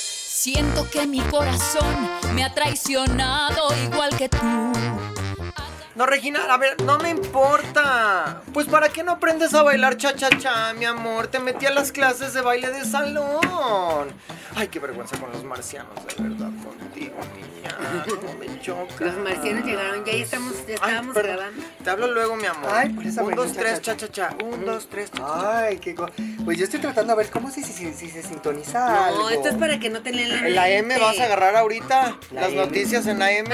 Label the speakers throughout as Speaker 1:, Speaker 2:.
Speaker 1: Siento que mi corazón me ha traicionado igual que tú.
Speaker 2: No, Regina, a ver, no me importa. Pues ¿para qué no aprendes a bailar cha-cha-cha, mi amor? Te metí a las clases de baile de salón. Ay, qué vergüenza con los marcianos, de verdad, contigo, niña. No me choca.
Speaker 3: Los marcianos llegaron, ya, ahí estamos, ya
Speaker 2: Ay,
Speaker 3: estábamos
Speaker 2: perdón.
Speaker 3: grabando.
Speaker 2: Te hablo luego, mi amor.
Speaker 4: Ay, por esa
Speaker 2: Un, dos,
Speaker 4: vergüenza,
Speaker 2: tres,
Speaker 4: cha, cha.
Speaker 2: cha-cha-cha. Un, dos, tres, cha-cha-cha.
Speaker 4: Ay, qué co- Pues yo estoy tratando a ver cómo si, si, si, si se sintoniza algo.
Speaker 3: No, esto es para que no te lean la
Speaker 2: La M
Speaker 3: mente.
Speaker 2: vas a agarrar ahorita.
Speaker 4: La
Speaker 2: las
Speaker 4: M.
Speaker 2: noticias en AM.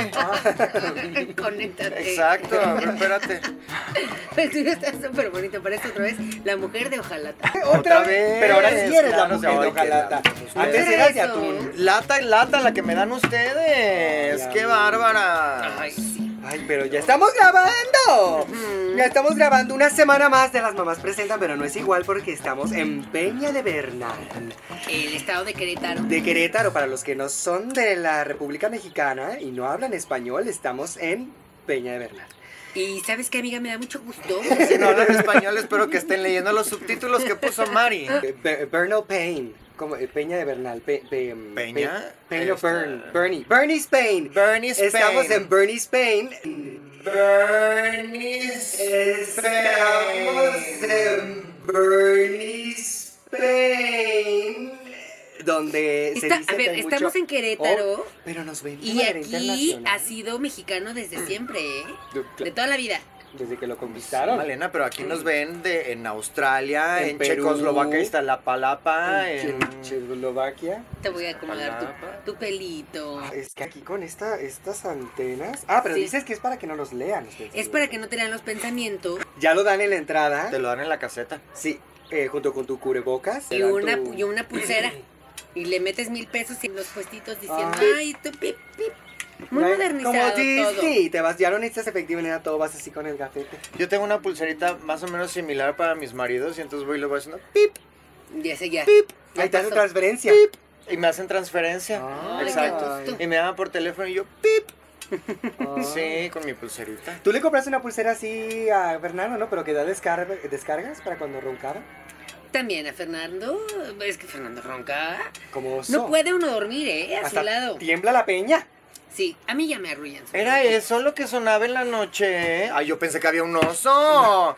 Speaker 3: Conéctate.
Speaker 2: Exacto, a ver, espérate.
Speaker 3: El tuyo está súper bonito, parece otra vez la mujer de Ojalata.
Speaker 4: Otra, vez. Pero ahora sí eres
Speaker 2: claro,
Speaker 4: la mujer
Speaker 2: ay,
Speaker 4: de
Speaker 2: qué
Speaker 4: hojalata.
Speaker 2: lata, pues,
Speaker 4: Antes
Speaker 3: ustedes.
Speaker 4: eras de
Speaker 3: Eso.
Speaker 4: atún.
Speaker 2: Lata y lata la que me dan ustedes.
Speaker 4: Ay,
Speaker 2: ¡Qué
Speaker 4: amor.
Speaker 2: bárbara!
Speaker 4: Ay, pero ya estamos grabando.
Speaker 3: Mm.
Speaker 4: Ya estamos grabando una semana más de Las Mamás Presentan, pero no es igual porque estamos en Peña de Bernal.
Speaker 3: El estado de Querétaro.
Speaker 4: De Querétaro, para los que no son de la República Mexicana y no hablan español, estamos en Peña de Bernal.
Speaker 3: Y ¿sabes qué, amiga? Me da mucho gusto.
Speaker 2: Si no hablan español, espero que estén leyendo los subtítulos que puso Mari.
Speaker 4: Be- Be- Bernal Payne. Como, eh, Peña de Bernal. Pe- pe-
Speaker 2: Peña.
Speaker 4: Pe- Payne o
Speaker 2: Esta-
Speaker 4: Bern. Bernie. Bernie Spain.
Speaker 2: Bernie Spain. Mm.
Speaker 4: Estamos en Bernie Spain.
Speaker 2: Bernie
Speaker 4: Estamos en Bernie Spain. Donde se
Speaker 3: Está-
Speaker 4: dice
Speaker 3: a ver,
Speaker 4: que hay
Speaker 3: estamos
Speaker 4: mucho-
Speaker 3: en Querétaro.
Speaker 4: Oh, pero nos ven de
Speaker 3: Y
Speaker 4: manera
Speaker 3: aquí
Speaker 4: internacional.
Speaker 3: ha sido mexicano desde siempre, ¿eh?
Speaker 4: De-
Speaker 3: De toda la vida.
Speaker 4: Desde que lo conquistaron.
Speaker 2: Malena, pero aquí nos ven de, en Australia, en,
Speaker 4: En Perú.
Speaker 2: Checoslovaquia, Iztapalapa, en...
Speaker 4: Ah, en Checoslovaquia.
Speaker 3: Te voy a acomodar
Speaker 2: Palapa.
Speaker 3: tu, tu pelito.
Speaker 4: Ah. Es que aquí con esta, estas antenas. Ah, pero
Speaker 3: Sí.
Speaker 4: dices que es para que no los lean. los
Speaker 3: Es
Speaker 4: pensamientos.
Speaker 3: para que no te lean los pensamientos.
Speaker 4: Ya lo dan en la entrada.
Speaker 2: Te lo dan en la caseta.
Speaker 4: Sí, eh, junto con tu cubrebocas. te
Speaker 3: Y
Speaker 4: dan
Speaker 3: una,
Speaker 4: tu-
Speaker 3: y una pulsera. Y le metes mil pesos en los puestitos diciendo,
Speaker 4: Ay.
Speaker 3: ay, tu pip, pip. Muy
Speaker 4: Ay,
Speaker 3: modernizado
Speaker 4: Ah. Como
Speaker 3: todo.
Speaker 4: Disney. Te vas, ya no necesitas efectivo ni nada, todo vas así con el gafete.
Speaker 2: Yo tengo una pulserita más o menos similar para mis maridos y entonces voy y le voy haciendo pip
Speaker 3: Ya sé, ya. Ya
Speaker 4: Ahí te hacen
Speaker 3: pasó.
Speaker 4: transferencia.
Speaker 2: y me hacen transferencia.
Speaker 3: Ah,
Speaker 4: Ay,
Speaker 2: Exacto.
Speaker 3: qué gusto.
Speaker 2: Y me llaman por teléfono y yo pip.
Speaker 4: Ay.
Speaker 2: Sí, con mi pulserita.
Speaker 4: Tú le compraste una pulsera así a Fernando, ¿no? Pero que da descarga- descargas para cuando roncaba.
Speaker 3: También a Fernando. Es que Fernando ronca.
Speaker 4: Como oso.
Speaker 3: No puede uno dormir, ¿eh? A
Speaker 4: Hasta
Speaker 3: su lado.
Speaker 4: Tiembla la peña.
Speaker 3: Sí, a mí ya me arrullan. su-
Speaker 2: Era eso lo que sonaba en la noche. ¿eh? Ay, yo pensé que había un oso.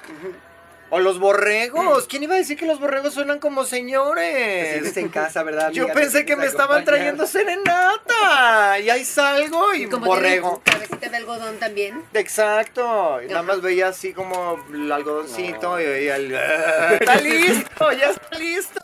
Speaker 2: O los borregos. ¿Quién iba a decir que los borregos suenan como
Speaker 4: Te
Speaker 3: Eh,
Speaker 4: sientes
Speaker 2: señores?
Speaker 4: en casa, ¿verdad?
Speaker 2: Yo
Speaker 4: amiga? Te
Speaker 2: pensé que
Speaker 4: sientes
Speaker 2: me estaban
Speaker 4: acompañada.
Speaker 2: trayendo serenata. Y ahí salgo y
Speaker 3: Y como
Speaker 2: borrego.
Speaker 3: tiene cabecita de algodón también.
Speaker 2: Exacto, y nada
Speaker 3: Ajá.
Speaker 2: más veía así como el algodoncito
Speaker 4: No.
Speaker 2: y veía el... "Ah, ¡Está listo! ¡Ya está listo!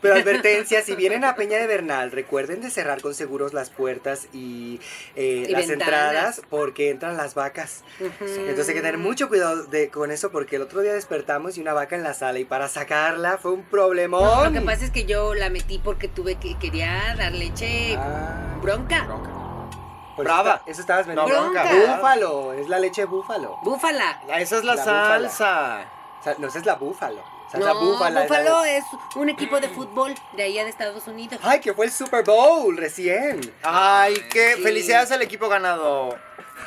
Speaker 4: Pero advertencia, si vienen a Peña de Bernal, recuerden de cerrar con seguros las puertas y, eh,
Speaker 3: Y
Speaker 4: las
Speaker 3: ventanas. Mm.
Speaker 4: entradas porque entran las vacas. Entonces hay que tener mucho cuidado de, con eso porque el otro día despertamos y una vaca en la sala y para sacarla fue un problemón.
Speaker 3: No, lo que pasa es que yo la metí porque tuve que quería dar leche
Speaker 4: Ah,
Speaker 3: bronca. Pues
Speaker 4: por
Speaker 2: Brava.
Speaker 4: Eso, esta- eso estabas
Speaker 2: No,
Speaker 4: metiendo.
Speaker 3: bronca.
Speaker 4: Búfalo, es la leche búfalo.
Speaker 3: Búfala.
Speaker 2: Ah, Esa es la,
Speaker 4: La búfala.
Speaker 2: salsa.
Speaker 4: O sea, no, esa es la búfalo. O sea,
Speaker 3: No,
Speaker 4: la búfala. es la
Speaker 3: Búfalo
Speaker 4: de-
Speaker 3: es un equipo de fútbol de allá de Estados Unidos.
Speaker 4: Ay, que fue el Super Bowl recién.
Speaker 2: ¡Ay, qué!
Speaker 3: Sí.
Speaker 2: ¡Felicidades al equipo ganado!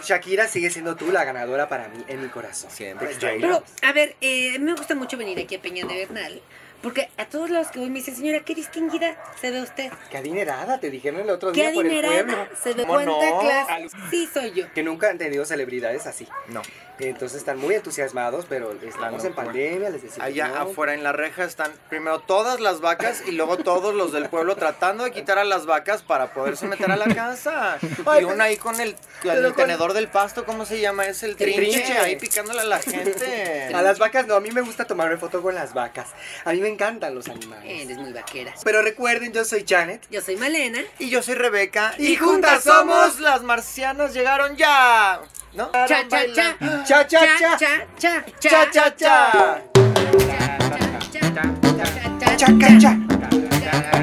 Speaker 4: Shakira sigue siendo tú la ganadora para mí en mi corazón.
Speaker 2: Siempre
Speaker 4: Ay,
Speaker 2: estoy.
Speaker 3: Pero, a ver, eh, me gusta mucho venir aquí a Peña de Bernal, porque a todos lados que voy me dicen, señora, qué distinguida se ve usted.
Speaker 4: Qué adinerada, te dijeron el otro
Speaker 3: Qué
Speaker 4: día por el pueblo.
Speaker 3: adinerada se ve.
Speaker 2: ¿Cómo
Speaker 3: Cuenta
Speaker 2: no?
Speaker 3: clase. Sí, soy yo.
Speaker 4: Que nunca han tenido celebridades así.
Speaker 2: No,
Speaker 4: Entonces están muy entusiasmados, pero estamos en
Speaker 2: locura.
Speaker 4: pandemia, les decimos.
Speaker 2: allá
Speaker 4: no.
Speaker 2: afuera en la reja están primero todas las vacas y luego todos los del pueblo tratando de quitar a las vacas para poderse meter a la casa. y una ahí con el, con el
Speaker 4: Pero con-
Speaker 2: tenedor del pasto, ¿cómo se llama? Es el trinche,
Speaker 4: trinche.
Speaker 2: ahí picándole a la gente.
Speaker 4: A las vacas no, a mí me gusta tomarme foto con las vacas. A mí me encantan los animales.
Speaker 3: Eres muy vaquera.
Speaker 4: Pero recuerden, yo soy Janet.
Speaker 3: Yo soy Malena.
Speaker 2: Y yo soy Rebeca.
Speaker 4: Y juntas somos
Speaker 2: las marcianas. Llegaron ya. ¿No?
Speaker 3: Cha, cha, cha.
Speaker 4: Cha, cha,
Speaker 3: Cha,
Speaker 4: cha.
Speaker 3: cha, cha.
Speaker 2: Cha, cha, cha.
Speaker 3: Cha, cha,
Speaker 4: Cha, cha, cha.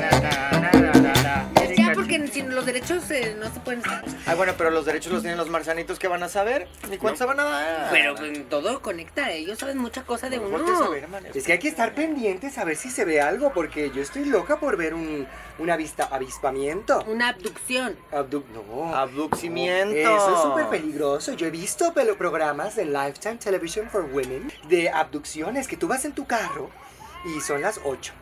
Speaker 3: Ya, porque sin los derechos eh, no se pueden usar.
Speaker 2: Ah, bueno, pero los derechos los tienen los marcianitos. ¿Qué van a saber? ¿Ni cuánto se van a dar?
Speaker 3: Pero pues, todo conecta, ellos saben mucha cosa de
Speaker 2: Mejor que
Speaker 3: uno.
Speaker 2: saber, man.
Speaker 4: Es que hay que estar pendientes a ver si se ve algo, porque yo estoy loca por ver un, un avista, avispamiento.
Speaker 3: Una abducción.
Speaker 4: Abdu- no.
Speaker 2: Ah, Abducimiento.
Speaker 4: Eh, Eso es súper peligroso. Yo he visto pelo- programas en Lifetime Television for Women de abducciones que tú vas en tu carro y son las 8.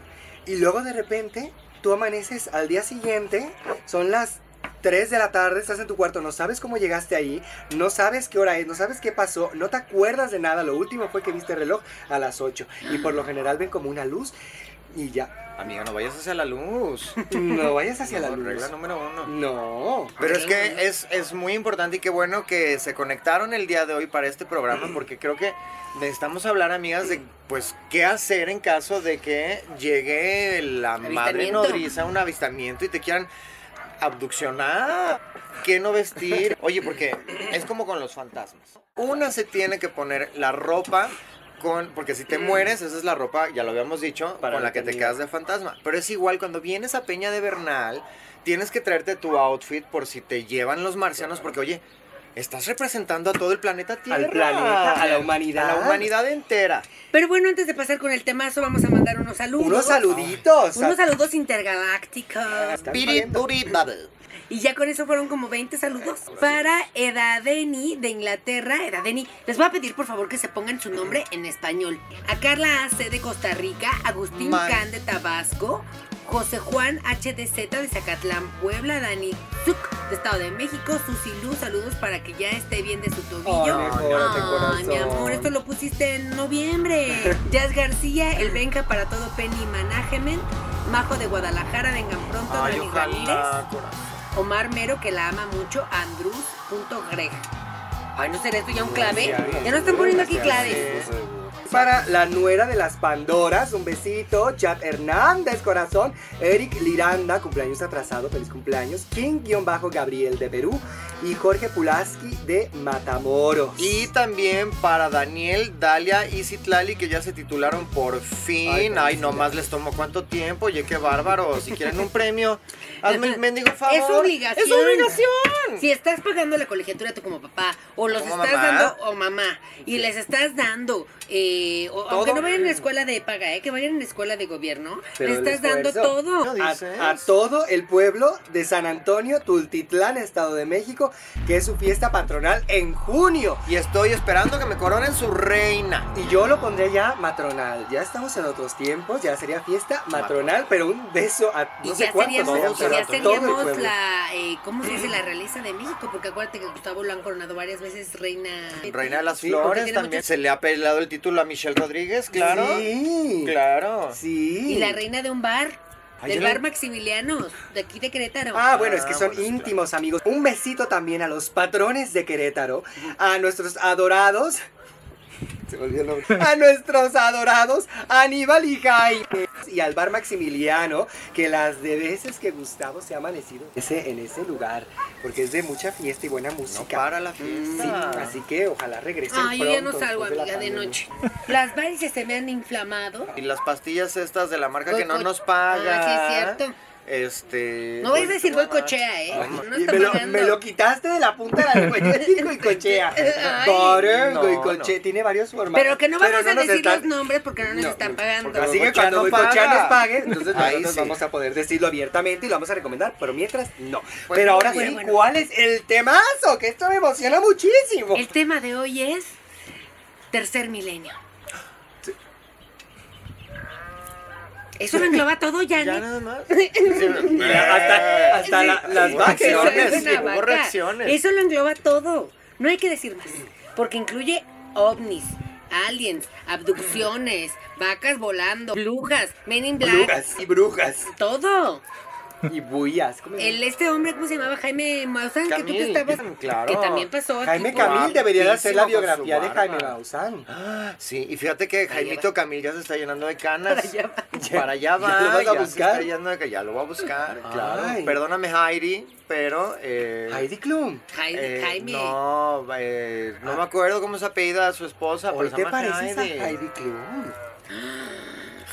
Speaker 4: Y luego de repente tú amaneces al día siguiente, son las 3 de la tarde, estás en tu cuarto, no sabes cómo llegaste ahí, no sabes qué hora es, no sabes qué pasó, no te acuerdas de nada, lo último fue que viste el reloj a las 8 y por lo general ven como una luz y ya,
Speaker 2: Amiga, no vayas hacia la luz.
Speaker 4: no vayas hacia la
Speaker 2: No,
Speaker 4: luz.
Speaker 2: Regla número uno.
Speaker 4: No.
Speaker 2: Pero es que es, es muy importante y qué bueno que se conectaron el día de hoy para este programa porque creo que necesitamos hablar, amigas, de pues qué hacer en caso de que llegue la madre
Speaker 3: Avistamiento.
Speaker 2: nodriza, a un avistamiento y te quieran abduccionar. ¿Qué no vestir? Oye, porque es como con los fantasmas. Una se tiene que poner la ropa con, porque si te mueres, esa es la ropa, ya lo habíamos dicho,
Speaker 4: Para
Speaker 2: con
Speaker 4: la
Speaker 2: la que te
Speaker 4: eternidad.
Speaker 2: quedas de fantasma. Pero es igual cuando vienes a Peña de Bernal, tienes que traerte tu outfit por si te llevan los marcianos, porque oye, estás representando a todo el planeta Tierra.
Speaker 4: planeta, a la humanidad.
Speaker 2: A la humanidad entera.
Speaker 3: Pero bueno, antes de pasar con el temazo, vamos a mandar unos saludos.
Speaker 4: Unos saluditos.
Speaker 3: Unos saludos intergalácticos.
Speaker 4: Están
Speaker 2: Piri
Speaker 4: pariendo.
Speaker 2: puri babel.
Speaker 3: Y ya con eso fueron como 20 saludos para Edadeni de Inglaterra. Edadeni, les voy a pedir por favor que se pongan su nombre en español. A Carla AC de Costa Rica, Agustín
Speaker 2: Man.
Speaker 3: Can de Tabasco, José Juan HDZ de Zacatlán, Puebla, Dani Zuc de Estado de México, Susi Luz, saludos para que ya esté bien de su tobillo.
Speaker 4: Ay,
Speaker 3: Ay,
Speaker 4: corazón.
Speaker 3: mi amor, esto lo pusiste en noviembre. Jazz García, el Benja para todo Penny Management, Majo de Guadalajara, vengan pronto,
Speaker 2: Ay,
Speaker 3: Dani Ramírez.
Speaker 2: ojalá, corazón.
Speaker 3: Omar Mero, que la ama mucho, Andrus.greg. Ay, no será esto ya un clave.
Speaker 4: Sí, ay,
Speaker 3: Ya no están poniendo aquí
Speaker 4: sí,
Speaker 3: claves.
Speaker 4: sí. Para la nuera de las Pandoras, un besito. Chad Hernández, corazón. Eric Liranda, cumpleaños atrasado, feliz cumpleaños. King-Gabriel de Perú. Y Jorge Pulaski de Matamoros.
Speaker 2: Y también para Daniel, Dalia y Citlali, que ya se titularon por
Speaker 4: Ay,
Speaker 2: fin. Ay,
Speaker 4: felicidades.
Speaker 2: nomás les tomó cuánto tiempo. Oye, qué bárbaro. Si quieren un premio, hazme el mendigo favor.
Speaker 3: Es obligación.
Speaker 2: Es obligación.
Speaker 3: Si estás pagando la colegiatura tú como papá, o los
Speaker 2: Como
Speaker 3: estás
Speaker 2: mamá.
Speaker 3: dando, o mamá, y les estás dando, eh, o- aunque no vayan a la escuela de paga, eh, que vayan a la escuela de gobierno,
Speaker 4: Pero
Speaker 3: le
Speaker 4: el
Speaker 3: estás dando
Speaker 4: esfuerzo.
Speaker 3: todo.
Speaker 2: No,
Speaker 4: A,
Speaker 2: dices.
Speaker 4: a todo el pueblo de San Antonio, Tultitlán, Estado de México, que es su fiesta patronal en junio.
Speaker 2: Y estoy esperando que me coronen su reina.
Speaker 4: Y yo lo pondré ya matronal. Ya estamos en otros tiempos, ya sería fiesta matronal, pero un beso a no
Speaker 3: y
Speaker 4: sé
Speaker 3: ya
Speaker 4: cuántos,
Speaker 3: seríamos,
Speaker 4: ¿no?
Speaker 3: y
Speaker 4: Pero
Speaker 3: ya
Speaker 4: a todo el
Speaker 3: seríamos
Speaker 4: pueblo.
Speaker 3: la, eh, ¿cómo se dice? La realeza de México, porque acuérdate que Gustavo lo han coronado varias veces reina.
Speaker 2: Reina de las
Speaker 4: Sí, porque
Speaker 2: Flores
Speaker 3: tiene
Speaker 2: también.
Speaker 3: muchos-
Speaker 2: Se le ha pelado el título a Michelle Rodríguez, claro.
Speaker 4: Sí.
Speaker 2: Claro.
Speaker 4: Sí.
Speaker 3: Y la reina de un bar,
Speaker 2: Ay,
Speaker 3: del
Speaker 2: yo la-
Speaker 3: bar Maximilianos, de aquí de Querétaro.
Speaker 4: Ah, bueno, es que
Speaker 2: Ah,
Speaker 4: son
Speaker 2: bueno, sí,
Speaker 4: íntimos, amigos. Un besito también a los patrones de Querétaro, a nuestros adorados. Se me olvidó el nombre. A nuestros adorados Aníbal y Jaime. Y al bar Maximiliano, que las de veces que Gustavo se ha amanecido ese, en ese lugar, porque es de mucha fiesta y buena
Speaker 2: No
Speaker 4: música.
Speaker 2: para la
Speaker 4: Mm. Sí,
Speaker 2: fiesta.
Speaker 4: así que ojalá regrese.
Speaker 3: Ay, Ah, yo ya no
Speaker 4: pronto,
Speaker 3: salgo,
Speaker 4: después la
Speaker 3: amiga, de
Speaker 4: pandemia.
Speaker 3: noche. Las varices se me han inflamado.
Speaker 2: Y las pastillas estas de la marca que no
Speaker 3: Boicot.
Speaker 2: nos paga.
Speaker 3: Ah, sí, es cierto.
Speaker 2: Este.
Speaker 3: No
Speaker 4: pues,
Speaker 3: vais a decir
Speaker 2: Boicot.
Speaker 3: boicochea, ¿eh? No
Speaker 4: Ah, Y
Speaker 3: está
Speaker 4: me, lo,
Speaker 3: pagando.
Speaker 4: me lo quitaste de la punta de la lengua. Yo decir goicochea.
Speaker 3: Ay.
Speaker 4: Butter,
Speaker 2: No,
Speaker 4: goicoche-
Speaker 2: no.
Speaker 4: Tiene varios formatos.
Speaker 3: Pero que no vamos a
Speaker 4: nos
Speaker 3: decir
Speaker 4: están-
Speaker 3: los nombres porque no nos
Speaker 4: No,
Speaker 3: están
Speaker 4: no,
Speaker 3: pagando.
Speaker 4: Así que
Speaker 2: Goicochea
Speaker 4: cuando
Speaker 2: no
Speaker 4: goicochea
Speaker 2: paga.
Speaker 4: nos pague, entonces
Speaker 2: Ahí
Speaker 4: nosotros
Speaker 2: sí.
Speaker 4: vamos a poder decirlo abiertamente y lo vamos a recomendar. Pero mientras, no.
Speaker 2: Pues
Speaker 4: pero
Speaker 2: muy
Speaker 4: ahora
Speaker 2: bien.
Speaker 4: sí,
Speaker 3: Bueno.
Speaker 4: ¿cuál es el temazo? Que esto me emociona muchísimo.
Speaker 3: El tema de hoy es tercer milenio. Eso lo engloba todo,
Speaker 2: Ya
Speaker 3: Janet.
Speaker 2: nada más.
Speaker 4: Mira, hasta hasta la- las
Speaker 2: Hubo
Speaker 4: vacaciones.
Speaker 2: reacciones,
Speaker 3: Eso es una
Speaker 2: hubo
Speaker 3: vaca.
Speaker 2: reacciones.
Speaker 3: Eso lo engloba todo. No hay que decir más. Porque incluye ovnis, aliens, abducciones, vacas volando, lujas, men in black,
Speaker 4: Brujas y brujas.
Speaker 3: todo.
Speaker 4: Y bullas. ¿cómo se
Speaker 3: El, este hombre, ¿cómo se llamaba? Jaime Maussan, que tú te
Speaker 2: Camil,
Speaker 3: estabas.
Speaker 2: claro.
Speaker 3: Que también pasó. aquí
Speaker 4: llama? Jaime
Speaker 3: por-
Speaker 4: Camil debería de hacer la
Speaker 2: guapísimo con su
Speaker 4: biografía de
Speaker 2: barba.
Speaker 4: Jaime Maussan.
Speaker 2: Ah, Sí, y fíjate que Jaimito Camil ya se está llenando de canas.
Speaker 3: Para allá va.
Speaker 2: Para allá va.
Speaker 4: ¿Ya lo vas a
Speaker 2: se
Speaker 4: buscar?
Speaker 2: está llenando de ca- ya lo voy a buscar, claro.
Speaker 4: Ay.
Speaker 2: Perdóname, Heidi, pero. Eh,
Speaker 4: Heidi Klum.
Speaker 3: Jaime.
Speaker 2: eh,
Speaker 3: Jaime.
Speaker 2: No, eh, no me acuerdo cómo se apellida a su esposa,
Speaker 4: ¿O
Speaker 2: pero se
Speaker 4: te
Speaker 2: llama
Speaker 4: pareces a
Speaker 2: Heidi.
Speaker 4: Heidi Klum?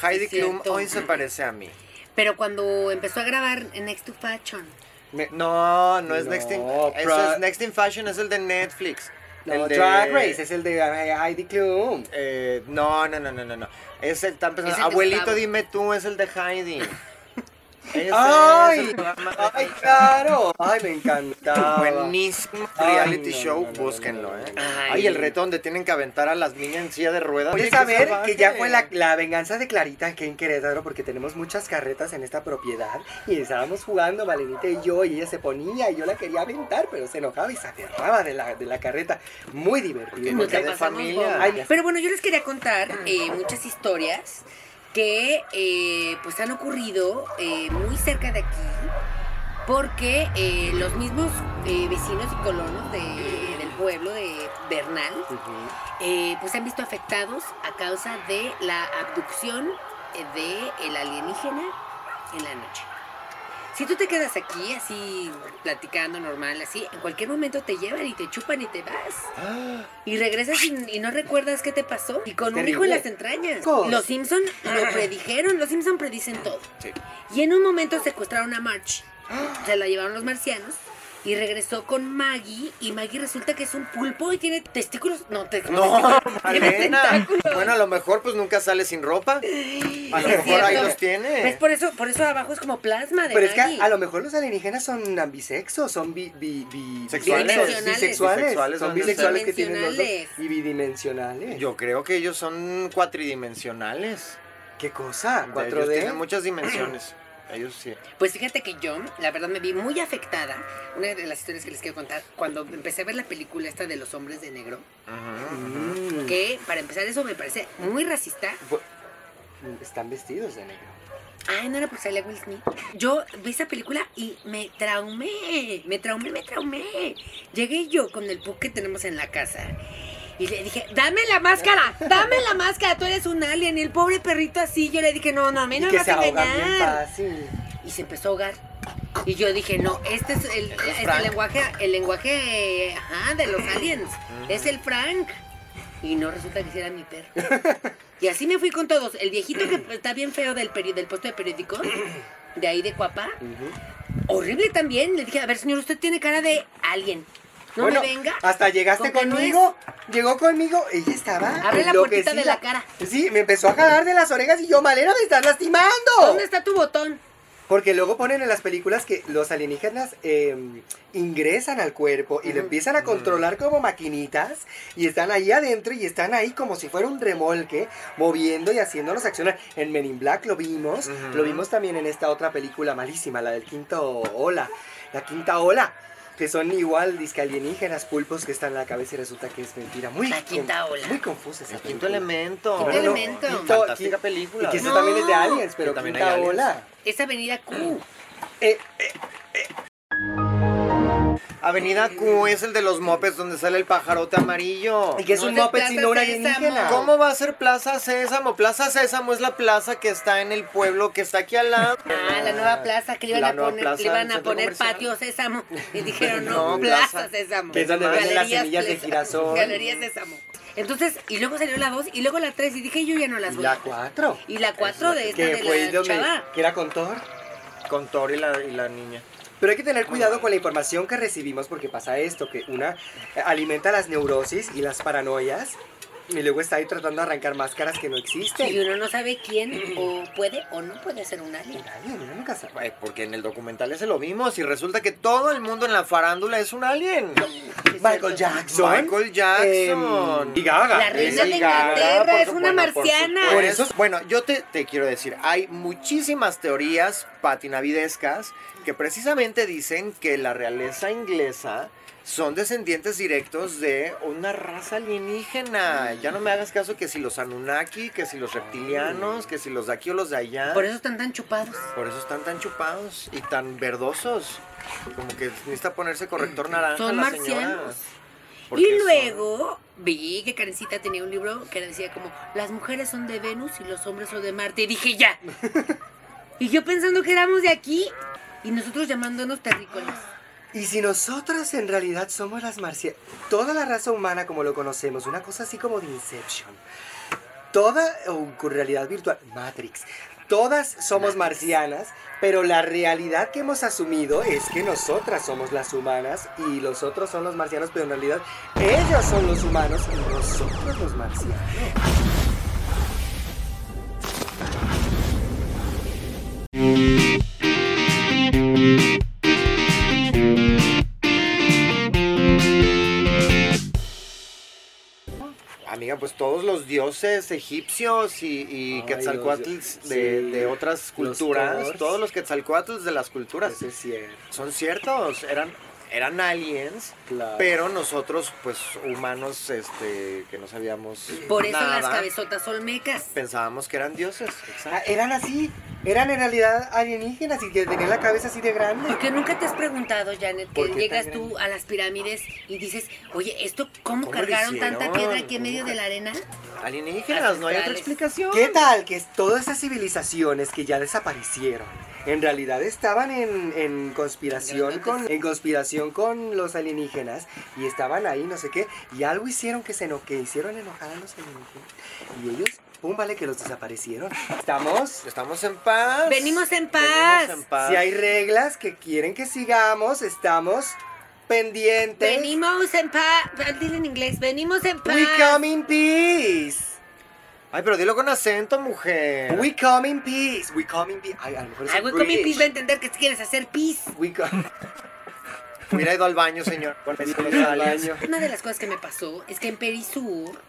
Speaker 2: Heidi
Speaker 3: Sí,
Speaker 2: Klum
Speaker 3: cierto.
Speaker 2: hoy se parece a mí.
Speaker 3: Pero cuando empezó a grabar en Next to Fashion.
Speaker 2: Me- no, no es
Speaker 4: No,
Speaker 2: Next in
Speaker 4: Pra-
Speaker 2: ese es Next in Fashion, es el de Netflix.
Speaker 4: No,
Speaker 2: el de-
Speaker 4: Drag Race es el de eh, Heidi Klum.
Speaker 2: Eh, no, no, no, no, no, no. Es el tan
Speaker 3: Es el de
Speaker 2: Abuelito,
Speaker 3: Gustavo.
Speaker 2: dime tú, es el de Heidi. Ese
Speaker 4: ¡Ay!
Speaker 2: es el programa.
Speaker 4: ¡Ay, claro! ¡Ay, me encanta!
Speaker 2: Buenísimo
Speaker 4: Ay,
Speaker 2: reality
Speaker 4: no,
Speaker 2: show,
Speaker 4: no, no, no,
Speaker 2: búsquenlo,
Speaker 4: no, no,
Speaker 2: ¿eh?
Speaker 4: no.
Speaker 2: Ay,
Speaker 4: Ay.
Speaker 2: el reto donde tienen que aventar a las niñas en silla de ruedas.
Speaker 4: Puedes
Speaker 2: qué
Speaker 4: saber que
Speaker 2: salvaje.
Speaker 4: ya fue la, la venganza de Clarita aquí en Querétaro porque tenemos muchas carretas en esta propiedad y estábamos jugando Valenita y yo y ella se ponía y yo la quería aventar pero se enojaba y se aferraba de la, de la carreta. Muy divertido.
Speaker 2: Porque
Speaker 3: Nos la
Speaker 2: de
Speaker 3: pasamos
Speaker 2: familia.
Speaker 3: bomba.
Speaker 4: Ay,
Speaker 3: Pero bueno, yo les quería contar eh, muchas historias que eh, pues han ocurrido eh, muy cerca de aquí porque eh, los mismos eh, vecinos y colonos de- del pueblo de Bernal
Speaker 4: Ujú.
Speaker 3: eh, pues se han visto afectados a causa de la abducción eh, de el alienígena en la noche. Si tú te quedas aquí así platicando normal, así, en cualquier momento te llevan y te chupan y te vas. Y regresas y, y no recuerdas qué te pasó. Y con un
Speaker 4: Terrible.
Speaker 3: hijo en las entrañas.
Speaker 4: Cos.
Speaker 3: Los Simpson lo predijeron, los Simpson predicen todo.
Speaker 2: Sí.
Speaker 3: Y en un momento secuestraron a March. Se la llevaron los marcianos. Y regresó con Maggie. Y Maggie resulta que es un pulpo y tiene testículos. No, te-
Speaker 2: No,
Speaker 3: tiene
Speaker 2: Malena.
Speaker 3: tentáculos.
Speaker 2: Bueno, a lo mejor pues nunca sale sin ropa. A lo
Speaker 3: Es
Speaker 2: mejor ahí
Speaker 3: cierto.
Speaker 2: los
Speaker 3: ¿Ves?
Speaker 2: tiene.
Speaker 3: Pues Por eso, por eso abajo es como plasma de
Speaker 4: Pero es que
Speaker 3: Maggie.
Speaker 4: a lo mejor los alienígenas son ambisexos, son bi, bi- bi-
Speaker 2: Sexuales.
Speaker 4: bisexuales, bisexuales,
Speaker 2: Bisexuales,
Speaker 4: son
Speaker 2: son
Speaker 4: bisexuales que tienen los dos
Speaker 3: bidimensionales.
Speaker 4: y bidimensionales.
Speaker 2: Yo creo que ellos son cuatridimensionales.
Speaker 4: ¿Qué cosa?
Speaker 2: Ellos tienen
Speaker 4: 4D.
Speaker 2: muchas dimensiones. Ellos sí.
Speaker 3: Pues fíjate que yo, la verdad, me vi muy afectada. Una de las historias que les quiero contar, cuando empecé a ver la película esta de los hombres de negro,
Speaker 2: Ujú, ujú.
Speaker 4: Mm.
Speaker 3: que para empezar eso me parece muy racista.
Speaker 4: Bu- Están vestidos de negro.
Speaker 3: Ay, no era por salía Will Smith. Yo vi esa película y me traumé, me traumé, me traumé. Llegué yo con el pug que tenemos en la casa y le dije, dame la máscara, dame la máscara, tú eres un alien. Y el pobre perrito así, yo le dije, no, no, a mí
Speaker 4: Y
Speaker 3: no me
Speaker 4: que
Speaker 3: vas
Speaker 4: se
Speaker 3: a
Speaker 4: ahogan bien
Speaker 3: engañar.
Speaker 4: fácil.
Speaker 3: y se empezó a ahogar. Y yo dije, no, este es el,
Speaker 2: Ese es
Speaker 3: este
Speaker 2: Frank.
Speaker 3: lenguaje, el lenguaje eh, ajá, de los aliens.
Speaker 4: Mm.
Speaker 3: es el Frank. Y no resulta que sí era mi perro. Y así me fui con todos. El viejito que pues, está bien feo del, peri- del puesto de periódico, de ahí de Cuapa,
Speaker 4: Ujú.
Speaker 3: horrible también. Le dije, a ver, señor, usted tiene cara de alien. No
Speaker 4: Bueno,
Speaker 3: me venga.
Speaker 4: Hasta llegaste
Speaker 3: con que no
Speaker 4: conmigo. Llegó conmigo. Ella estaba.
Speaker 3: Abre la puertita de
Speaker 4: enloquecida.
Speaker 3: la cara.
Speaker 4: Sí, me empezó a jalar de las orejas y yo, Malena, me estás lastimando.
Speaker 3: ¿Dónde está tu botón?
Speaker 4: Porque luego ponen en las películas que los alienígenas eh, ingresan al cuerpo y lo empiezan a controlar como maquinitas y están ahí adentro y están ahí como si fuera un remolque moviendo y haciéndonos accionar. En Men in Black lo vimos,
Speaker 2: Ujú.
Speaker 4: lo vimos también en esta otra película malísima, la del quinto ola, la quinta ola. Que son igual disque alienígenas, pulpos que están en la cabeza y resulta que es mentira. Muy
Speaker 3: La
Speaker 4: con-
Speaker 3: quinta ola.
Speaker 4: Muy confusa esa
Speaker 2: El quinto
Speaker 4: película.
Speaker 2: elemento.
Speaker 4: Quinto
Speaker 3: elemento.
Speaker 2: Fantástica
Speaker 4: Quin-
Speaker 2: película.
Speaker 4: Y que eso
Speaker 3: No.
Speaker 4: también es de aliens,
Speaker 2: Que
Speaker 4: pero
Speaker 2: también
Speaker 4: quinta
Speaker 2: hay aliens.
Speaker 4: ola.
Speaker 3: Es Avenida Q.
Speaker 4: Eh,
Speaker 2: Avenida Q es el de los mopes donde sale el pajarote amarillo.
Speaker 4: Y que es
Speaker 3: No
Speaker 4: un
Speaker 3: te
Speaker 4: moped sino
Speaker 3: plazas
Speaker 4: un
Speaker 3: esa,
Speaker 4: alienígena.
Speaker 3: amor.
Speaker 2: ¿Cómo va a ser Plaza Sésamo? Plaza Sésamo es la plaza que está en el pueblo, que está aquí al lado.
Speaker 3: Ah, la nueva plaza que le iban
Speaker 2: La
Speaker 3: a
Speaker 2: nueva
Speaker 3: poner,
Speaker 2: plaza
Speaker 3: le iban
Speaker 2: del
Speaker 3: a
Speaker 2: centro
Speaker 3: poner
Speaker 2: comercial.
Speaker 3: patio sésamo. Y dijeron, no,
Speaker 2: No,
Speaker 3: plaza,
Speaker 2: plaza.
Speaker 3: sésamo.
Speaker 4: Que es donde venden las
Speaker 3: Galerías
Speaker 4: semillas de
Speaker 3: Plaza-
Speaker 4: girasol.
Speaker 3: Galerías sésamo. Entonces, y luego salió la 2 y luego la 3 y dije, yo ya no las
Speaker 4: Y
Speaker 3: voy.
Speaker 4: la
Speaker 3: a-
Speaker 4: 4.
Speaker 3: Y la 4 de esta
Speaker 4: Que
Speaker 3: de
Speaker 4: fue
Speaker 3: la
Speaker 4: donde.
Speaker 3: chava.
Speaker 4: Que era con Thor.
Speaker 2: Con Thor y la, y la niña.
Speaker 4: Pero hay que tener cuidado con la información que recibimos porque pasa esto, que una eh, alimenta las neurosis y las paranoias y luego está ahí tratando de arrancar máscaras que no
Speaker 3: Y
Speaker 4: existen.
Speaker 3: uno no sabe quién o puede o no puede ser un alien.
Speaker 4: Nadie, uno nunca sabe.
Speaker 2: Ay, Porque en el documental ese lo vimos y resulta que todo el mundo en la farándula es un alien.
Speaker 4: Michael Jackson.
Speaker 2: Michael Jackson.
Speaker 4: Em, y Gaga.
Speaker 3: La reina
Speaker 4: Eh,
Speaker 3: de
Speaker 2: Lady Gaga,
Speaker 3: Inglaterra
Speaker 2: por
Speaker 3: es
Speaker 2: su-
Speaker 3: una
Speaker 2: bueno, por
Speaker 3: marciana.
Speaker 2: supuesto. Por eso, bueno, yo te, te quiero decir, hay muchísimas teorías patinavidescas que precisamente dicen que la realeza inglesa son descendientes directos de una raza alienígena. Ya no me hagas caso que si los Anunnaki, que si los reptilianos, que si los de aquí o los de allá.
Speaker 3: Por eso están tan chupados.
Speaker 2: Por eso están tan chupados y tan verdosos. Como que necesita ponerse corrector naranja.
Speaker 3: Son
Speaker 2: la
Speaker 3: marcianos.
Speaker 2: señora.
Speaker 3: Y
Speaker 2: Porque son-
Speaker 3: luego vi que Karencita tenía un libro que decía como, las mujeres son de Venus y los hombres son de Marte. Y dije, ya. y yo pensando que éramos de aquí y nosotros llamándonos terrícolas.
Speaker 4: Y si nosotras en realidad somos las marcianas, toda la raza humana como lo conocemos, una cosa así como de Inception, toda o con realidad virtual, Matrix, todas somos marcianas, pero la realidad que hemos asumido es que nosotras somos las humanas y los otros son los marcianos, pero en realidad ellos son los humanos y nosotros los marcianos.
Speaker 2: Amiga, pues todos los dioses egipcios y, y
Speaker 4: Ay,
Speaker 2: quetzalcoatl
Speaker 4: los dios-
Speaker 2: de,
Speaker 4: sí.
Speaker 2: de otras
Speaker 4: Los
Speaker 2: culturas,
Speaker 4: Thors.
Speaker 2: todos los quetzalcoatl de las culturas,
Speaker 4: Eso es cierto.
Speaker 2: son ciertos, eran, eran aliens,
Speaker 4: Claro.
Speaker 2: pero nosotros, pues humanos, este, que no sabíamos
Speaker 3: Por eso
Speaker 2: nada,
Speaker 3: las cabezotas olmecas.
Speaker 2: pensábamos que eran dioses.
Speaker 4: Ah,
Speaker 2: Exacto.
Speaker 4: eran así, eran en realidad alienígenas y que tenían la cabeza así de grande.
Speaker 3: Porque nunca te has preguntado, Janet, que
Speaker 4: ¿Por qué tan
Speaker 3: llegas
Speaker 4: grande?
Speaker 3: tú a las pirámides y dices, oye, ¿esto
Speaker 2: ¿Cómo
Speaker 3: cómo,
Speaker 2: lo
Speaker 3: cargaron tanta
Speaker 2: hicieron?
Speaker 3: piedra aquí en medio
Speaker 2: ¿Cómo Pues,
Speaker 3: de la arena?
Speaker 2: Alienígenas, no hay otra
Speaker 3: Ancestrales.
Speaker 2: explicación.
Speaker 4: ¿Qué tal que todas esas civilizaciones que ya desaparecieron? En realidad estaban en, en conspiración con en conspiración con los alienígenas y estaban ahí no sé qué y algo hicieron que se eno- que hicieron enojar a los alienígenas y ellos pum vale que los desaparecieron. Estamos
Speaker 2: Estamos en paz.
Speaker 3: Venimos en paz.
Speaker 2: Venimos en paz.
Speaker 4: si hay reglas que quieren que sigamos estamos pendientes.
Speaker 3: Venimos en paz. Dile en inglés, venimos en paz.
Speaker 4: We come in peace.
Speaker 2: Ay, pero dilo con acento, mujer.
Speaker 4: We come in peace. We come in peace. Ay, a lo mejor
Speaker 3: Ay,
Speaker 4: soy
Speaker 3: güey, con mi pis va a
Speaker 4: British.
Speaker 3: entender que quieres hacer pis.
Speaker 4: We come.
Speaker 2: Hubiera ido al baño, señor. Con eso los aliens.
Speaker 3: Una de las cosas que me pasó es que en Perisur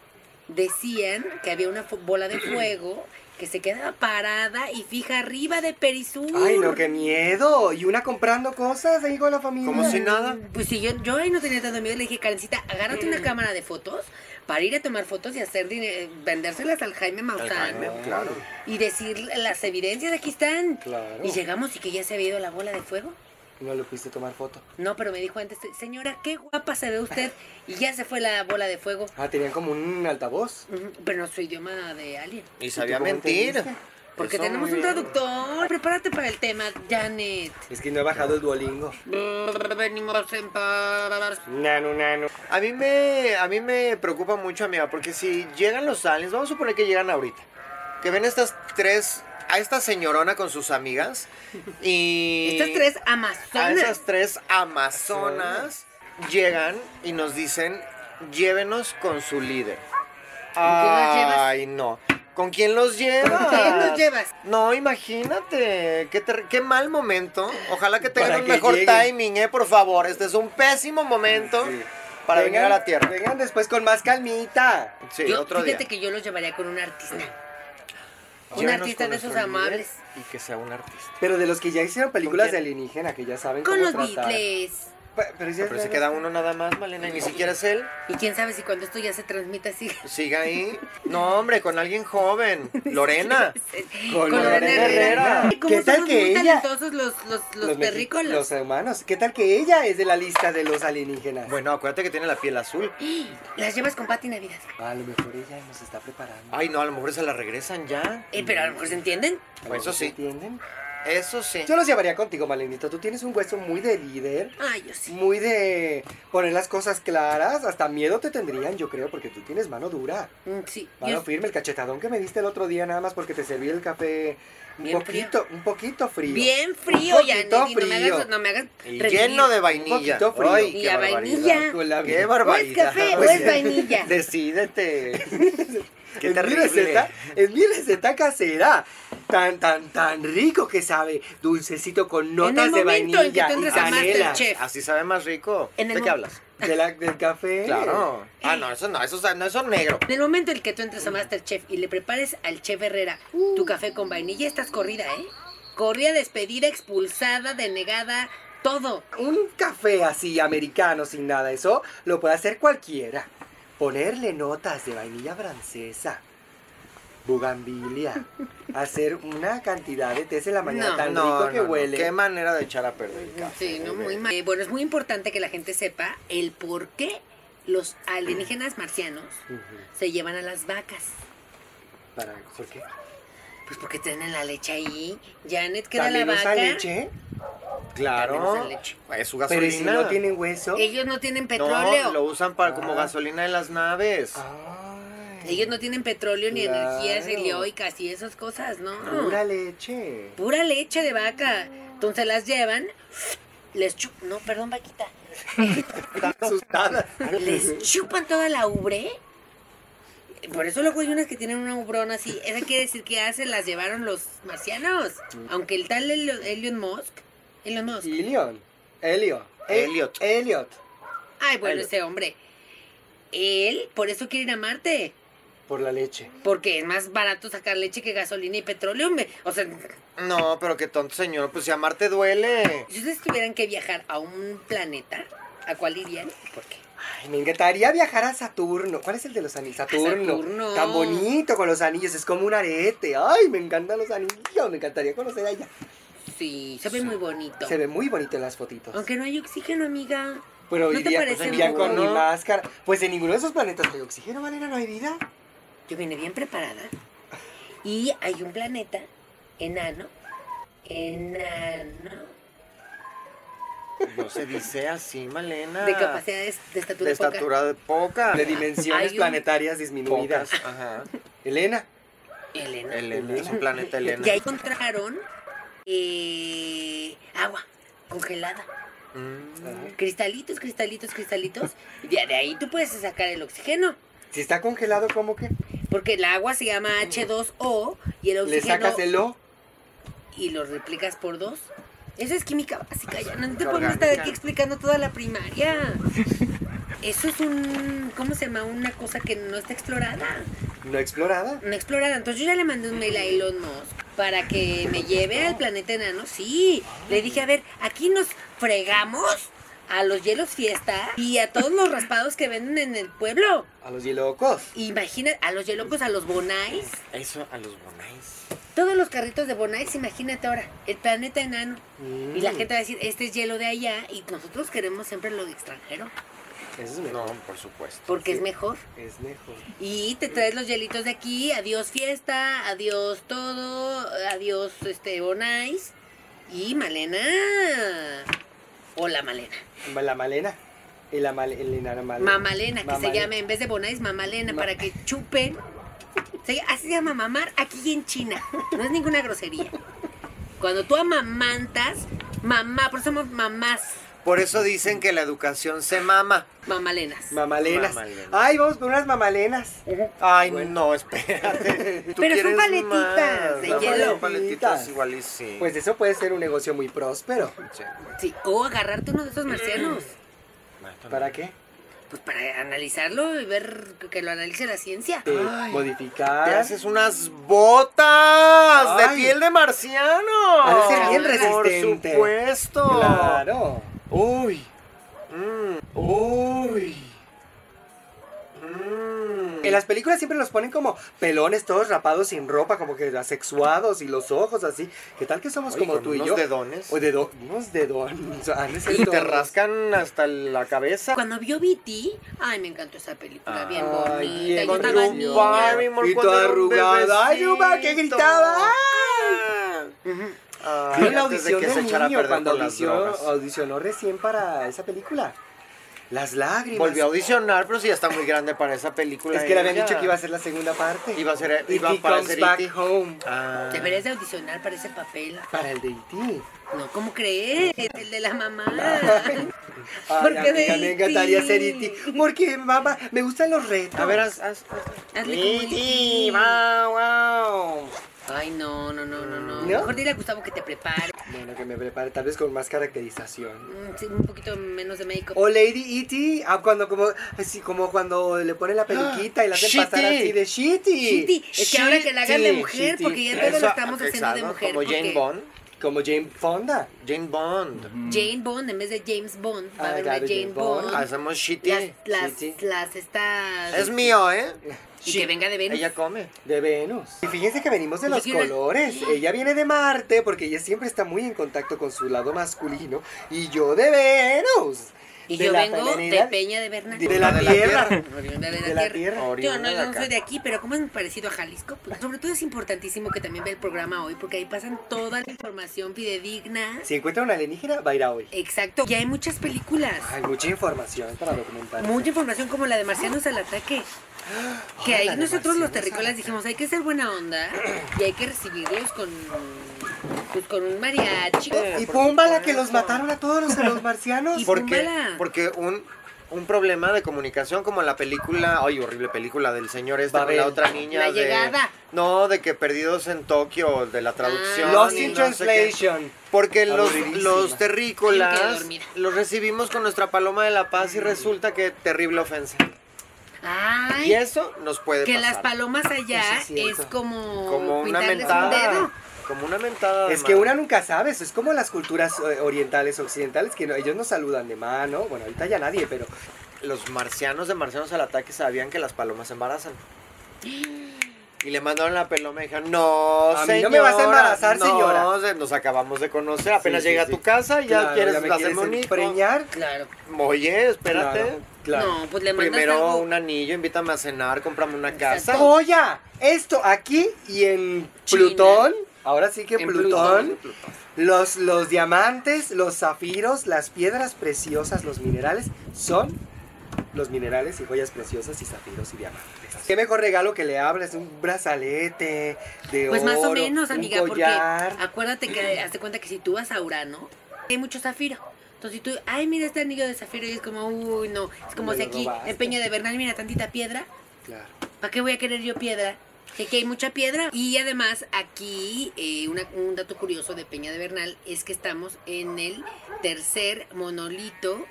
Speaker 3: decían que había una fu- bola de fuego que se quedaba parada y fija arriba de Perisur.
Speaker 4: Ay, no, qué miedo. Y una comprando cosas ahí con la familia.
Speaker 2: Como si nada.
Speaker 3: Pues sí, yo, yo ahí no tenía tanto miedo. Le dije, Karencita, agárrate una cámara de fotos para ir a tomar fotos y hacer dine- vendérselas al Jaime
Speaker 2: Al
Speaker 3: Maussan.
Speaker 2: Jaime, claro.
Speaker 3: Y decir, las evidencias aquí están.
Speaker 4: Claro.
Speaker 3: Y llegamos y que ya se había ido la bola de fuego.
Speaker 4: No le pudiste tomar foto.
Speaker 3: No, pero me dijo antes, señora, qué guapa se ve usted. Y ya se fue la bola de fuego.
Speaker 4: Ah, tenían como un altavoz.
Speaker 3: Ujú, Pero no su idioma de alien.
Speaker 2: Y sabía
Speaker 4: ¿Tú cómo
Speaker 2: mentir.
Speaker 4: entendiste?
Speaker 3: Porque
Speaker 2: Eso
Speaker 3: tenemos
Speaker 2: muy
Speaker 3: un
Speaker 2: bien.
Speaker 3: traductor. Prepárate para el tema, Janet.
Speaker 4: Es que no he bajado el duolingo.
Speaker 3: Brr, Venimos en paz.
Speaker 4: Nano, nano.
Speaker 2: A mí me, a mí me preocupa mucho, amiga, porque si llegan los aliens, vamos a suponer que llegan ahorita, que ven estas tres, a esta señorona con sus amigas y
Speaker 3: Estas tres
Speaker 2: a
Speaker 3: amazonas.
Speaker 2: esas tres amazonas llegan y nos dicen, llévenos con su líder.
Speaker 3: las llevas?
Speaker 2: Ay, no. ¿Con quién los llevas?
Speaker 3: ¿Por qué nos llevas?
Speaker 2: No, imagínate. Qué, ter- qué mal momento. Ojalá que tengan
Speaker 4: Para
Speaker 2: un
Speaker 4: que
Speaker 2: mejor
Speaker 4: lleguen.
Speaker 2: timing, ¿eh? Por favor. Este es un pésimo momento
Speaker 4: Sí.
Speaker 2: para
Speaker 4: Vengan-
Speaker 2: venir a la Tierra.
Speaker 4: Vengan después con más calmita.
Speaker 2: Sí,
Speaker 3: Yo-
Speaker 2: otro día.
Speaker 3: fíjate que yo los llevaría con un artista. Un
Speaker 2: Llévenos
Speaker 3: artista
Speaker 2: con
Speaker 3: de
Speaker 2: nuestro
Speaker 3: esos
Speaker 2: líder
Speaker 3: amables.
Speaker 2: Y que sea un artista.
Speaker 4: Pero de los que ya hicieron películas
Speaker 2: ¿Con
Speaker 4: de
Speaker 2: quién?
Speaker 4: alienígena, que ya saben
Speaker 3: Con
Speaker 4: cómo
Speaker 3: los
Speaker 4: tratar.
Speaker 3: Beatles.
Speaker 4: Pe- Pero, ya
Speaker 2: Ah, Pero se queda uno nada más, Malena, y ni siquiera es él.
Speaker 3: Y quién sabe si cuando esto ya se transmite así.
Speaker 2: Siga ahí. No, hombre, con alguien joven. Lorena.
Speaker 4: Con
Speaker 3: Lorena
Speaker 4: Lorena Herrera.
Speaker 3: Ay, ¿Cómo
Speaker 4: ¿Qué tal
Speaker 3: somos
Speaker 4: que
Speaker 3: muy
Speaker 4: ella?
Speaker 3: talentosos los, los, los,
Speaker 4: mexi-
Speaker 3: terrícolas?
Speaker 4: Los hermanos. ¿Qué tal que ella es de la lista de los alienígenas?
Speaker 2: Bueno, acuérdate que tiene la piel azul.
Speaker 3: Las llevas con Pati Navidad.
Speaker 4: A lo mejor ella nos está preparando.
Speaker 2: Ay, no, a lo mejor se la regresan ya.
Speaker 3: Eh, pero a lo mejor se entienden.
Speaker 4: A lo
Speaker 2: Eso
Speaker 4: mejor
Speaker 2: sí.
Speaker 4: ¿Entienden?
Speaker 2: Eso sí.
Speaker 4: Yo los llevaría contigo, Malenito. Tú tienes un hueso muy de líder,
Speaker 3: Ay, yo sí.
Speaker 4: muy de poner las cosas claras. Hasta miedo te tendrían, yo creo, porque tú tienes mano dura.
Speaker 3: Mm, Sí.
Speaker 4: Mano
Speaker 3: Yo,
Speaker 4: firme, el cachetadón que me diste el otro día, nada más porque te serví el café un
Speaker 3: Bien
Speaker 4: poquito, un poquito frío.
Speaker 3: bien
Speaker 4: Un
Speaker 3: frío,
Speaker 4: poquito
Speaker 3: ya. No me
Speaker 4: frío.
Speaker 3: hagas, no me hagas
Speaker 2: Y
Speaker 3: revivir.
Speaker 2: lleno de
Speaker 4: Un
Speaker 2: vainilla.
Speaker 4: poquito frío.
Speaker 2: Ay,
Speaker 3: Y
Speaker 2: qué
Speaker 3: a
Speaker 2: barbaridad.
Speaker 3: vainilla.
Speaker 4: Con la
Speaker 2: ¡Qué
Speaker 4: vida.
Speaker 2: barbaridad!
Speaker 3: Pues café o es vainilla?
Speaker 2: Decídete. Qué
Speaker 4: es mi
Speaker 2: terrible.
Speaker 4: receta, es mi receta casera. Tan, tan, tan rico que sabe. Dulcecito con notas
Speaker 3: el
Speaker 4: de
Speaker 3: momento en que
Speaker 4: vainilla
Speaker 3: tú
Speaker 4: y
Speaker 3: entres a
Speaker 4: canela.
Speaker 3: Masterchef.
Speaker 2: Así sabe más rico.
Speaker 3: En el
Speaker 2: ¿De qué
Speaker 3: mo- Eh.
Speaker 2: hablas?
Speaker 4: De la- del café.
Speaker 2: Claro. Ah, no, eso no, eso, no, eso es negro.
Speaker 3: En el momento en que tú entres a Masterchef y le prepares al chef Herrera tu café con vainilla, estás corrida, ¿eh? Corrida, despedida, expulsada, denegada, todo.
Speaker 4: Un café así americano sin nada, eso lo puede hacer cualquiera. Ponerle notas de vainilla francesa, bugambilia, hacer una cantidad de té en la mañana
Speaker 3: No,
Speaker 4: tan
Speaker 2: no,
Speaker 4: rico que
Speaker 2: no, no.
Speaker 4: huele.
Speaker 2: Qué manera de echar a perder el café.
Speaker 3: Sí, no,
Speaker 2: bebé.
Speaker 3: muy mal. Eh, Bueno, es muy importante que la gente sepa el por qué los alienígenas marcianos
Speaker 4: Ujú,
Speaker 3: se llevan a las vacas.
Speaker 4: para- ¿Por qué?
Speaker 3: Pues porque tienen la leche ahí. Janet queda la
Speaker 4: ¿También
Speaker 3: vaca.
Speaker 4: usan leche?
Speaker 3: También
Speaker 2: Claro.
Speaker 3: usan leche.
Speaker 2: Es su
Speaker 4: Pero si
Speaker 2: gasolina.
Speaker 4: no tienen hueso.
Speaker 3: Ellos no tienen
Speaker 2: No,
Speaker 3: petróleo.
Speaker 2: lo usan para como
Speaker 4: Ah.
Speaker 2: gasolina en las naves.
Speaker 4: Ay,
Speaker 3: Ellos no tienen petróleo ni
Speaker 4: Claro.
Speaker 3: energías helióicas y esas cosas, ¿no?
Speaker 4: Pura leche.
Speaker 3: Pura leche de vaca. Entonces las llevan, les chupan, no, perdón, vaquita,
Speaker 4: Están asustadas.
Speaker 3: les chupan toda la ubre. Por eso luego hay unas que tienen una ubrona así. Eso quiere decir que ya se las llevaron los marcianos. Aunque el tal Elon, Elon Musk, Elon Musk,
Speaker 4: Ilion. Elio.
Speaker 2: Elliot.
Speaker 4: Elliot.
Speaker 3: ay, bueno,
Speaker 4: Elon.
Speaker 3: ese hombre, Él, por eso quiere ir a Marte.
Speaker 4: Por la leche.
Speaker 3: Porque es más barato sacar leche que gasolina y petróleo. hombre. O sea, si
Speaker 2: No, pero qué tonto señor, pues si a Marte duele.
Speaker 3: ustedes tuvieran que viajar a un planeta, ¿a cuál irían? y ¿Por qué?
Speaker 4: Ay, me encantaría viajar a Saturno. ¿Cuál es el de los anillos? Saturno.
Speaker 3: Saturno.
Speaker 4: Tan bonito con los anillos, es como un arete. Ay, me encantan los anillos, me encantaría conocer allá.
Speaker 3: Sí, se ve muy bonito.
Speaker 4: Se ve muy bonito en las fotitos.
Speaker 3: Aunque no hay oxígeno, amiga.
Speaker 4: Pero
Speaker 3: ¿No te
Speaker 4: iría, pues,
Speaker 3: parece
Speaker 4: iría
Speaker 3: muy
Speaker 4: con mi
Speaker 3: bueno?
Speaker 4: máscara. Pues en ninguno de esos planetas hay oxígeno, Valera, no hay vida.
Speaker 3: Yo vine bien preparada. Y hay un planeta enano. Enano.
Speaker 2: No se dice así, Malena.
Speaker 4: Ah,
Speaker 3: De capacidades de estatura
Speaker 2: de
Speaker 3: poca.
Speaker 2: estatura de poca.
Speaker 4: De dimensiones
Speaker 3: Hay un-
Speaker 4: planetarias
Speaker 2: Pocas,
Speaker 4: disminuidas.
Speaker 2: Ajá.
Speaker 4: Elena.
Speaker 3: Elena.
Speaker 2: Elena, es un planeta Elena.
Speaker 3: Y ahí encontraron eh, agua congelada.
Speaker 2: Mm.
Speaker 3: Cristalitos, cristalitos, cristalitos. Y de de ahí tú puedes sacar el oxígeno.
Speaker 4: Si está congelado, ¿cómo que?
Speaker 3: Porque el agua se llama H2O y el
Speaker 4: Le
Speaker 3: oxígeno
Speaker 4: sacas el O.
Speaker 3: y lo replicas por dos. Eso es química básica, ya no te
Speaker 2: Orgánica.
Speaker 3: podemos estar aquí explicando toda la primaria. Eso es un, ¿cómo se llama? Una cosa que no está explorada.
Speaker 4: No explorada.
Speaker 3: No explorada. Entonces yo ya le mandé un mail a Elon Musk para que me lleve al planeta enano. Sí, le dije, a ver, aquí nos fregamos a los hielos fiesta y a todos los raspados que venden en el pueblo.
Speaker 4: A los hielocos.
Speaker 3: Imagina a los hielocos, a los bonais.
Speaker 2: Eso a los bonais.
Speaker 3: Todos los carritos de Bonais, imagínate ahora, el planeta enano. Y la
Speaker 4: Mm.
Speaker 3: gente va a decir, este es hielo de allá y nosotros queremos siempre lo extranjero,
Speaker 4: Eso es mejor.
Speaker 2: No, por supuesto.
Speaker 3: porque es
Speaker 4: Sí.
Speaker 3: mejor.
Speaker 4: Es mejor.
Speaker 3: Y te traes los hielitos de aquí, adiós fiesta, adiós todo, adiós este Bonais y Malena. Hola Malena.
Speaker 4: La malena. El amal, el enana malena.
Speaker 3: Mamalena, que se
Speaker 4: Mamalena.
Speaker 3: llama en vez de Bonais, Mamalena,
Speaker 4: Ma-
Speaker 3: para que chupen. Se- así se llama mamar aquí en China. No es ninguna grosería. Cuando tú amamantas, mamá, por eso somos mamás,
Speaker 2: Por eso dicen que la educación se mama.
Speaker 3: mamalenas.
Speaker 4: Mamalenas.
Speaker 2: Mamalena.
Speaker 4: Ay, vamos por unas mamalenas.
Speaker 2: Ay,
Speaker 4: Bueno.
Speaker 2: no, espérate. Tú
Speaker 3: Pero son
Speaker 2: quieres
Speaker 3: paletitas
Speaker 2: más.
Speaker 3: de
Speaker 2: Las
Speaker 3: hielo.
Speaker 2: Son paletitas
Speaker 4: Paletitas.
Speaker 2: igual y sí.
Speaker 4: Pues eso puede ser un negocio muy próspero.
Speaker 2: Sí.
Speaker 3: Sí, o agarrarte uno de
Speaker 4: Mm.
Speaker 3: esos marcianos.
Speaker 4: ¿Para qué?
Speaker 3: Pues para analizarlo y ver que lo analice la ciencia.
Speaker 4: Te
Speaker 2: Ay.
Speaker 4: modificar.
Speaker 2: Te haces unas botas de
Speaker 4: Ay.
Speaker 2: piel de marciano.
Speaker 4: Ha de ser bien
Speaker 2: Por
Speaker 4: resistente.
Speaker 2: supuesto.
Speaker 4: Claro.
Speaker 2: Uy.
Speaker 4: Uy.
Speaker 2: Mm.
Speaker 4: En las películas siempre los ponen como pelones todos rapados sin ropa, como que asexuados y los ojos así. ¿Qué tal que somos
Speaker 2: Oye,
Speaker 4: como
Speaker 2: con
Speaker 4: tú y
Speaker 2: unos
Speaker 4: yo?
Speaker 2: dedones.
Speaker 4: O dedo, unos dedones. han de ser
Speaker 2: Y te
Speaker 4: todos.
Speaker 2: rascan hasta la cabeza.
Speaker 3: Cuando vio BT, ay, me encantó esa película, bien
Speaker 4: Ay,
Speaker 3: bonita.
Speaker 4: bien
Speaker 3: Yo
Speaker 2: Con
Speaker 3: estaba
Speaker 4: bonita.
Speaker 2: Drew
Speaker 3: niña.
Speaker 2: Barrymore
Speaker 4: Y
Speaker 2: cuando
Speaker 4: toda
Speaker 2: era un
Speaker 4: arrugada. Ay, Drew Barrymore, que
Speaker 2: bebecito.
Speaker 4: gritaba.
Speaker 3: Ujú.
Speaker 2: Ah,
Speaker 4: Fue la
Speaker 2: antes de
Speaker 4: audición
Speaker 2: que
Speaker 4: de
Speaker 2: se echara a
Speaker 4: niño
Speaker 2: perder
Speaker 4: cuando
Speaker 2: con las
Speaker 4: audicionó,
Speaker 2: drogas.
Speaker 4: audicionó recién para esa película. Las lágrimas.
Speaker 2: Volvió a audicionar, pero sí ya está muy grande para esa película.
Speaker 4: Es que le habían
Speaker 2: ella.
Speaker 4: dicho que iba a ser la segunda parte.
Speaker 2: Iba a ser- E
Speaker 4: E.T.
Speaker 2: iba a aparecer
Speaker 4: Comes Back
Speaker 2: E.T..
Speaker 4: Home.
Speaker 2: Ah.
Speaker 3: Deberías de audicionar para ese papel.
Speaker 4: Para el de E E.T.
Speaker 3: No, ¿cómo crees? El de la mamá.
Speaker 4: Ay,
Speaker 3: ¿Por qué de
Speaker 4: amiga, me
Speaker 3: E.T.?
Speaker 4: encantaría ser
Speaker 3: E
Speaker 4: E E.T. Porque, mamá, me gustan los retos.
Speaker 2: A ver, haz. haz-
Speaker 3: Hazle como
Speaker 4: E
Speaker 2: E.T.,
Speaker 3: E.T..
Speaker 2: wow, wow.
Speaker 3: Ay, no, no, no, no, no.
Speaker 4: ¿No?
Speaker 3: Mejor dile a Gustavo que te prepare.
Speaker 4: Bueno, que me prepare, tal vez con más caracterización.
Speaker 3: Mm, sí, un poquito menos de médico.
Speaker 4: O Lady E.T., ah, cuando como, así como cuando le pone la peluquita y la hacen pasar
Speaker 2: Shitty.
Speaker 4: así de shitty.
Speaker 3: Shitty. Es que ahora que la hagan de
Speaker 4: Shitty,
Speaker 3: mujer,
Speaker 4: shitty.
Speaker 3: porque ya todo
Speaker 2: Eso,
Speaker 3: lo estamos haciendo de
Speaker 2: exacto,
Speaker 3: mujer.
Speaker 2: Como Jane
Speaker 3: porque
Speaker 2: Bond.
Speaker 4: Como Jane Fonda.
Speaker 2: Jane Bond.
Speaker 3: Jane Bond, en vez de James Bond, va a
Speaker 4: Ah,
Speaker 3: haber
Speaker 4: ya
Speaker 3: una
Speaker 4: de
Speaker 3: Jane,
Speaker 4: Jane
Speaker 3: Bond.
Speaker 4: Bond.
Speaker 2: Hacemos shitty.
Speaker 3: Las, las,
Speaker 4: sí.
Speaker 3: las estas...
Speaker 2: Es mío, ¿eh?
Speaker 3: Y que venga de Venus.
Speaker 2: Ella come.
Speaker 4: De Venus. Y fíjense que venimos de
Speaker 3: Yo
Speaker 4: los
Speaker 3: quiero-
Speaker 4: colores. Ella viene de Marte porque ella siempre está muy en contacto con su lado masculino. Y yo de Venus.
Speaker 3: Y
Speaker 4: De
Speaker 3: yo
Speaker 4: la
Speaker 3: vengo de
Speaker 4: pelenera-
Speaker 3: Peña de Bernal.
Speaker 4: De la
Speaker 2: De la
Speaker 4: Tierra.
Speaker 2: Tierra.
Speaker 3: Oriunda de la
Speaker 4: de la
Speaker 3: tierra.
Speaker 4: tierra.
Speaker 2: Oriunda
Speaker 3: Yo no,
Speaker 2: de
Speaker 3: yo no
Speaker 2: acá.
Speaker 3: soy de aquí, pero como es parecido a Jalisco, Pues, sobre todo es importantísimo que también vea el programa hoy, porque ahí pasan toda la información fidedigna.
Speaker 4: Si encuentra una alienígena, va a ir a hoy.
Speaker 3: Exacto. Y hay muchas películas.
Speaker 4: Hay mucha información para documentar.
Speaker 3: Mucha información como la de Marcianos al ataque. Que
Speaker 4: Ah,
Speaker 3: ahí
Speaker 4: la de
Speaker 3: nosotros
Speaker 4: Marcianos
Speaker 3: los
Speaker 4: al
Speaker 3: terrícolas
Speaker 4: ataque.
Speaker 3: dijimos, hay que ser buena onda y hay que recibirlos con, pues, con un mariachi.
Speaker 4: Y
Speaker 2: Eh, Por
Speaker 4: púmbala que
Speaker 2: supuesto.
Speaker 4: los mataron a todos los, a los marcianos.
Speaker 3: Y
Speaker 2: ¿Por qué?
Speaker 3: Púmbala.
Speaker 2: Porque un, un problema de comunicación como la película, ay, horrible película del señor este con
Speaker 4: Babel.
Speaker 2: la otra niña
Speaker 3: La
Speaker 2: de
Speaker 3: llegada.
Speaker 2: No, de que Perdidos en Tokio, de la traducción.
Speaker 3: Ah,
Speaker 4: Lost
Speaker 2: y
Speaker 4: in
Speaker 2: no sé qué.
Speaker 4: Translation.
Speaker 2: Porque los,
Speaker 4: Aburridísima.
Speaker 2: los terrícolas
Speaker 3: Yo me quedé dormida.
Speaker 2: los recibimos con nuestra paloma de la paz y resulta que terrible ofensa.
Speaker 3: Ay,
Speaker 2: Y eso nos puede
Speaker 3: que
Speaker 2: pasar.
Speaker 3: las palomas allá
Speaker 4: Eso es
Speaker 3: es
Speaker 4: cierto.
Speaker 3: como,
Speaker 2: como una
Speaker 3: pintarles un
Speaker 2: mentada.
Speaker 3: dedo.
Speaker 2: Como una mentada. de
Speaker 4: Es que
Speaker 2: madre.
Speaker 4: una nunca sabe, eso es como las culturas eh, orientales, occidentales, que no- ellos no saludan de mano, bueno, ahorita ya nadie, pero
Speaker 2: Los marcianos de Marcianos al Ataque sabían que las palomas se embarazan. Y le mandaron la paloma y dijeron, no,
Speaker 4: A mí
Speaker 2: señora,
Speaker 4: no me vas a embarazar,
Speaker 2: no,
Speaker 4: señora."
Speaker 2: se- nos acabamos de conocer, apenas
Speaker 4: sí,
Speaker 2: llega
Speaker 4: sí.
Speaker 2: a tu casa y ya
Speaker 4: claro,
Speaker 2: quieres
Speaker 4: ya me
Speaker 2: hacerme un hijo.
Speaker 4: preñar.
Speaker 3: Claro.
Speaker 2: Oye, espérate.
Speaker 4: Claro.
Speaker 3: No, pues le mandas
Speaker 2: Primero
Speaker 3: algo.
Speaker 2: un anillo, invítame a cenar, comprame una casa.
Speaker 3: Exacto.
Speaker 4: Oye, esto aquí y en
Speaker 3: China.
Speaker 4: Plutón, ahora sí que
Speaker 3: En
Speaker 4: Plutón,
Speaker 3: Plutón.
Speaker 4: Los, los diamantes, los zafiros, las piedras preciosas, los minerales son los minerales y joyas preciosas y zafiros y diamantes. Qué mejor regalo que le hables, un brazalete de
Speaker 3: Pues más o
Speaker 4: oro,
Speaker 3: menos,
Speaker 4: un
Speaker 3: amiga, porque
Speaker 4: collar.
Speaker 3: acuérdate que hazte cuenta que si tú vas a Urano, hay mucho zafiro. Entonces si tú, ay, mira este anillo de zafiro y es como, uy, no. Es como
Speaker 4: Me
Speaker 3: si
Speaker 4: lo
Speaker 3: aquí
Speaker 4: robaste.
Speaker 3: en Peña de Bernal, mira tantita piedra.
Speaker 4: Claro.
Speaker 3: ¿Para qué voy a querer yo piedra? Que aquí hay mucha piedra. Y además, aquí, eh, una- un dato curioso de Peña de Bernal es que estamos en el tercer monolito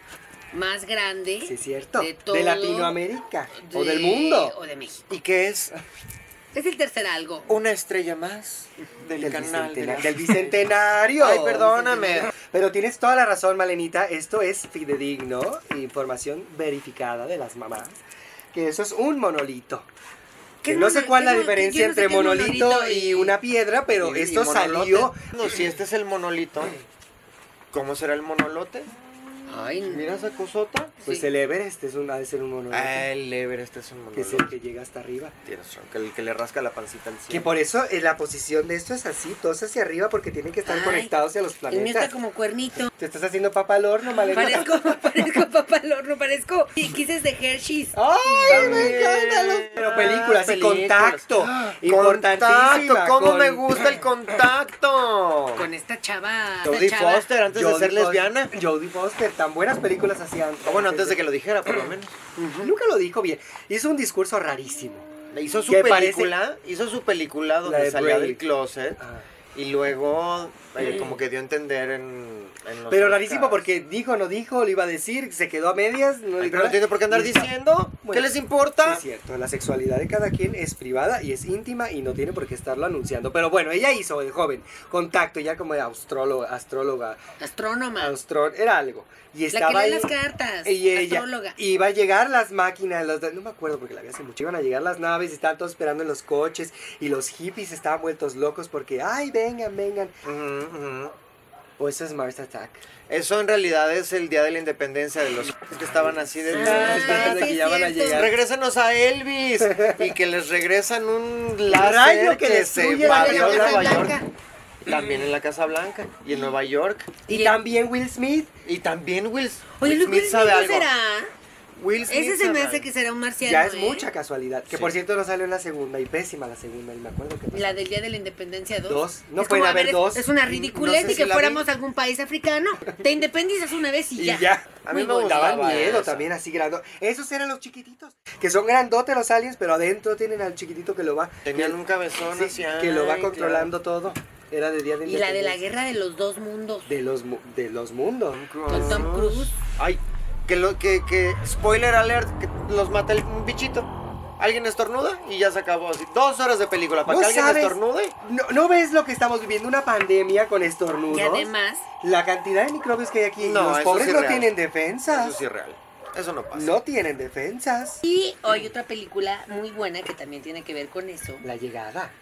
Speaker 3: más grande
Speaker 4: Sí, es cierto.
Speaker 3: De
Speaker 4: De,
Speaker 3: todo-
Speaker 4: Latinoamérica o del mundo.
Speaker 3: O de México.
Speaker 2: ¿Y qué es?
Speaker 3: Es el tercer algo.
Speaker 4: Uh,
Speaker 2: Una estrella más del, canal. de
Speaker 4: bicentena-
Speaker 2: la-
Speaker 4: del bicentenario.
Speaker 2: Ay, perdóname.
Speaker 4: Pero tienes toda la razón, Malenita. Esto es fidedigno, información verificada de las mamás. Que eso es un monolito.
Speaker 3: ¿Qué
Speaker 4: Que no sé
Speaker 3: mono-
Speaker 4: cuál
Speaker 3: qué
Speaker 4: la
Speaker 3: mono-
Speaker 4: diferencia
Speaker 3: yo no sé qué
Speaker 4: entre
Speaker 3: es
Speaker 4: monolito,
Speaker 3: monolito
Speaker 4: y
Speaker 3: y-
Speaker 4: una piedra, pero
Speaker 2: y- y
Speaker 4: esto
Speaker 2: monolote.
Speaker 4: salió.
Speaker 2: No, si este es el monolito, ¿cómo será el monolote?
Speaker 3: Ay,
Speaker 2: Mira esa cosota.
Speaker 4: Pues
Speaker 3: Sí.
Speaker 4: el Everest es un, ha de ser un monolito.
Speaker 2: Ah, el Everest es un
Speaker 4: que es
Speaker 2: monolito.
Speaker 4: el que llega hasta arriba.
Speaker 2: Tienes razón, que el que le rasca la pancita al cielo.
Speaker 4: Que por eso eh, la posición de esto es así, todos hacia arriba, porque tienen que estar
Speaker 3: Ay,
Speaker 4: conectados a los
Speaker 3: el mío está
Speaker 4: planetas.
Speaker 3: como cuernito.
Speaker 4: Te estás haciendo papa al horno, Malenita.
Speaker 3: Parezco, parezco papá al horno, parezco quises de Hershey's.
Speaker 4: ¡Ay, me
Speaker 2: También.
Speaker 4: encantan los... Pero películas y
Speaker 2: Películas.
Speaker 4: contacto.
Speaker 2: Ah,
Speaker 4: Importantísimo.
Speaker 2: Contacto, ¿Cómo me gusta el contacto?
Speaker 3: Con esta chava. esta
Speaker 2: Jodie
Speaker 3: chava.
Speaker 2: Foster antes de ser lesbiana.
Speaker 4: Jodie Foster, tan buenas películas hacían.
Speaker 2: O bueno, antes de que lo dijera, por lo menos.
Speaker 4: Ujú, Nunca lo dijo bien. Hizo un discurso rarísimo.
Speaker 2: Le Hizo su
Speaker 4: Que
Speaker 2: película, hizo su película
Speaker 4: La
Speaker 2: donde
Speaker 4: de
Speaker 2: salía
Speaker 4: Brave.
Speaker 2: del closet
Speaker 4: Ah.
Speaker 2: y luego eh, como que dio a entender en, en los
Speaker 4: Pero rarísimo
Speaker 2: Oscars.
Speaker 4: porque dijo, no dijo, lo iba a decir, se quedó a medias. No
Speaker 2: Ay,
Speaker 4: dijo
Speaker 2: pero no
Speaker 4: nada.
Speaker 2: entiendo por qué andar
Speaker 4: Y está-
Speaker 2: diciendo. ¿Qué
Speaker 4: Bueno,
Speaker 2: les
Speaker 4: Sí,
Speaker 2: importa?
Speaker 4: es cierto, la sexualidad de cada quien es privada y es íntima y no tiene por qué estarlo anunciando. Pero bueno, ella hizo de joven contacto ya como de austróloga, astróloga,
Speaker 3: Astrónoma.
Speaker 4: austrón, era algo. Y
Speaker 3: Ah. La
Speaker 4: Pues, estaba
Speaker 3: que lee
Speaker 4: ahí,
Speaker 3: las cartas.
Speaker 4: y ella
Speaker 3: Astróloga.
Speaker 4: iba a llegar las máquinas, las- no me acuerdo porque la había hace mucho, iban a llegar las naves, y estaban todos esperando en los coches y los hippies estaban vueltos locos porque, ay, vengan, vengan.
Speaker 2: Ujú, ujú.
Speaker 4: O eso es Mars Attack.
Speaker 2: Eso en realidad es el día de la independencia de los que estaban así de.
Speaker 3: Ah,
Speaker 4: Esperando
Speaker 3: sí
Speaker 4: que
Speaker 3: es
Speaker 4: ya van a
Speaker 3: cierto.
Speaker 4: llegar.
Speaker 2: Regrésanos a Elvis y que les regresan un láser
Speaker 4: Rayo que
Speaker 2: que, se
Speaker 4: destruye la
Speaker 2: barrió
Speaker 4: Casa
Speaker 2: Nueva
Speaker 3: Blanca.
Speaker 2: York. También en la Casa Blanca y en Nueva York.
Speaker 4: Y
Speaker 3: Y-
Speaker 4: también Will Smith.
Speaker 2: Y también Will,
Speaker 3: Oye,
Speaker 2: Will
Speaker 3: Luis
Speaker 2: Smith sabe algo.
Speaker 3: será?
Speaker 2: Will Smith
Speaker 3: Ese se me
Speaker 2: sabe
Speaker 3: hace
Speaker 2: algo.
Speaker 3: que será un marciano.
Speaker 4: Ya es
Speaker 3: ¿eh?
Speaker 4: mucha casualidad.
Speaker 2: Sí.
Speaker 4: Que por cierto no salió en la segunda y pésima la segunda y me acuerdo que... no
Speaker 3: La
Speaker 4: salió.
Speaker 3: del Día de la Independencia 2.
Speaker 4: Dos. No
Speaker 3: Es
Speaker 4: pueden
Speaker 3: como, a ver,
Speaker 4: haber
Speaker 3: es-
Speaker 4: dos.
Speaker 3: Es una
Speaker 4: No sé
Speaker 3: ridiculez de
Speaker 2: si
Speaker 3: que
Speaker 2: la vi.
Speaker 3: fuéramos a algún país africano. Te independizas una vez y,
Speaker 4: Y
Speaker 3: ya.
Speaker 4: ya.
Speaker 2: A mí
Speaker 3: Muy
Speaker 2: me
Speaker 3: bonito.
Speaker 2: gustaba
Speaker 4: Daban miedo
Speaker 2: esa.
Speaker 4: también así grande. Esos eran los chiquititos. Que son grandotes los aliens, pero adentro tienen al chiquitito que lo va...
Speaker 2: Tenían
Speaker 4: que-
Speaker 2: un cabezón
Speaker 4: sí,
Speaker 2: así.
Speaker 4: que lo va
Speaker 2: ay,
Speaker 4: controlando todo. Era de día de
Speaker 3: Y la de la
Speaker 4: Independencia.
Speaker 3: guerra de los dos mundos.
Speaker 4: De los, mu- de los mundos.
Speaker 2: claro.
Speaker 3: Con Tom Cruise.
Speaker 2: Ay, que lo que, que spoiler alert, que los mata el- un bichito. Alguien estornuda y ya se acabó así. Dos horas de película para
Speaker 4: No
Speaker 2: que alguien
Speaker 4: sabes.
Speaker 2: estornude.
Speaker 4: ¿No, no ves lo que estamos viviendo? Una pandemia con estornudos.
Speaker 3: Y además,
Speaker 4: La cantidad de microbios que hay aquí.
Speaker 2: No,
Speaker 4: los
Speaker 2: eso
Speaker 4: pobres
Speaker 2: sí
Speaker 4: no
Speaker 2: real.
Speaker 4: tienen defensas.
Speaker 2: Eso sí es real. Eso no pasa.
Speaker 4: no tienen defensas.
Speaker 3: y hay otra película muy buena que también tiene que ver con eso.
Speaker 4: La llegada.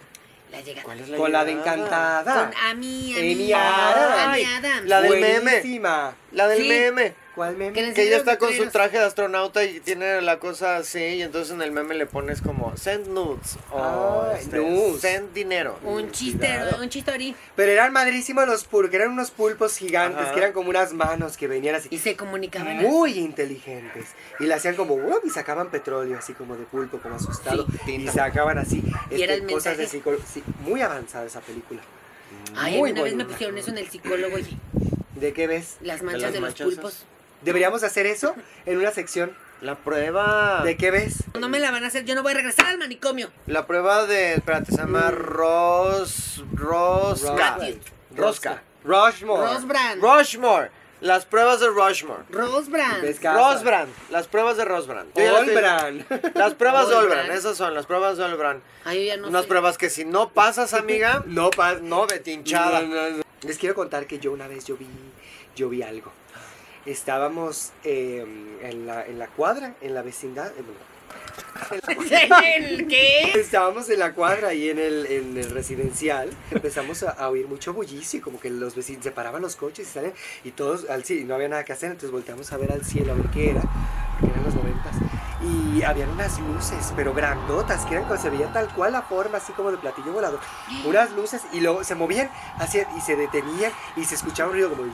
Speaker 3: La llegada.
Speaker 2: ¿Cuál es
Speaker 4: con la de
Speaker 2: llegada?
Speaker 4: encantada.
Speaker 3: Con Ami,
Speaker 4: Amy
Speaker 3: Ami,
Speaker 4: Adams.
Speaker 3: Ami
Speaker 2: Ay,
Speaker 3: Adams.
Speaker 2: La del meme.
Speaker 4: Buenísima.
Speaker 2: La del
Speaker 3: Sí.
Speaker 2: meme.
Speaker 4: ¿Cuál
Speaker 3: Que
Speaker 4: meme?
Speaker 3: les-
Speaker 2: Que ella
Speaker 3: los
Speaker 2: está con su
Speaker 3: letreros.
Speaker 2: traje de astronauta y tiene la cosa así. Y entonces en el meme le pones como send nudes o
Speaker 4: Ay,
Speaker 2: este,
Speaker 4: nudes. Uh,
Speaker 2: send dinero.
Speaker 3: Un chiste,
Speaker 4: Cuidado.
Speaker 3: un chistorín.
Speaker 4: Pero eran madrísimos los pulpos, que eran unos pulpos gigantes,
Speaker 2: Ajá.
Speaker 4: que eran como unas manos que venían así.
Speaker 3: Y se comunicaban. así.
Speaker 4: muy inteligentes y la hacían como ¡guau! y sacaban petróleo así como de pulpo como asustado y
Speaker 2: Tinta.
Speaker 4: sacaban así este,
Speaker 3: Y era el
Speaker 4: cosas de
Speaker 3: mensaje.
Speaker 4: psicolo- sí, muy avanzada esa película
Speaker 3: Ay, a mí
Speaker 4: muy
Speaker 3: una vez me
Speaker 4: bonita.
Speaker 3: pusieron eso en el psicólogo, oye.
Speaker 4: de qué ves
Speaker 3: Las manchas
Speaker 2: las
Speaker 3: de,
Speaker 2: manchas
Speaker 3: los pulpos.
Speaker 4: deberíamos hacer eso en una sección
Speaker 2: La prueba.
Speaker 4: de qué ves
Speaker 3: No me la van a hacer, yo no voy a regresar al manicomio.
Speaker 2: La prueba de. Espérate, se llama
Speaker 3: Mm.
Speaker 2: Ros. Rosca.
Speaker 4: Roswell.
Speaker 2: Rosca.
Speaker 4: Rushmore
Speaker 3: Rosbrand.
Speaker 2: Rushmore. Las pruebas de Rushmore.
Speaker 3: Rosbrand.
Speaker 4: ¿Ves? Casa.
Speaker 2: Rosbrand, las pruebas de Rosbrand. Yo ya las estoy-
Speaker 4: Olbran.
Speaker 2: Las pruebas de
Speaker 3: Olbran.
Speaker 2: Olbran, esas son las pruebas de Olbran.
Speaker 3: Ay, Ah, yo ya no
Speaker 2: Unas
Speaker 3: sé.
Speaker 2: pruebas que si no pasas, amiga,
Speaker 4: No, pa-
Speaker 2: no, vete hinchada.
Speaker 4: No, no, no. Les quiero contar que yo una vez yo vi, yo vi algo. Estábamos eh, en, la, en la cuadra, en la vecindad. en-
Speaker 3: ¿El qué?
Speaker 4: Estábamos en la cuadra y en el, en el residencial. Empezamos a, a oír mucho bullicio y como que los vecinos se paraban los coches y salen y todos al cielo, no había nada que hacer, entonces volteamos a ver al cielo a ver qué era, porque eran los noventas. Y habían unas luces, pero grandotas, que eran como se veía tal cual la forma, así como de platillo volador. Unas luces y luego se movían hacia, y se detenían y se escuchaba un ruido como...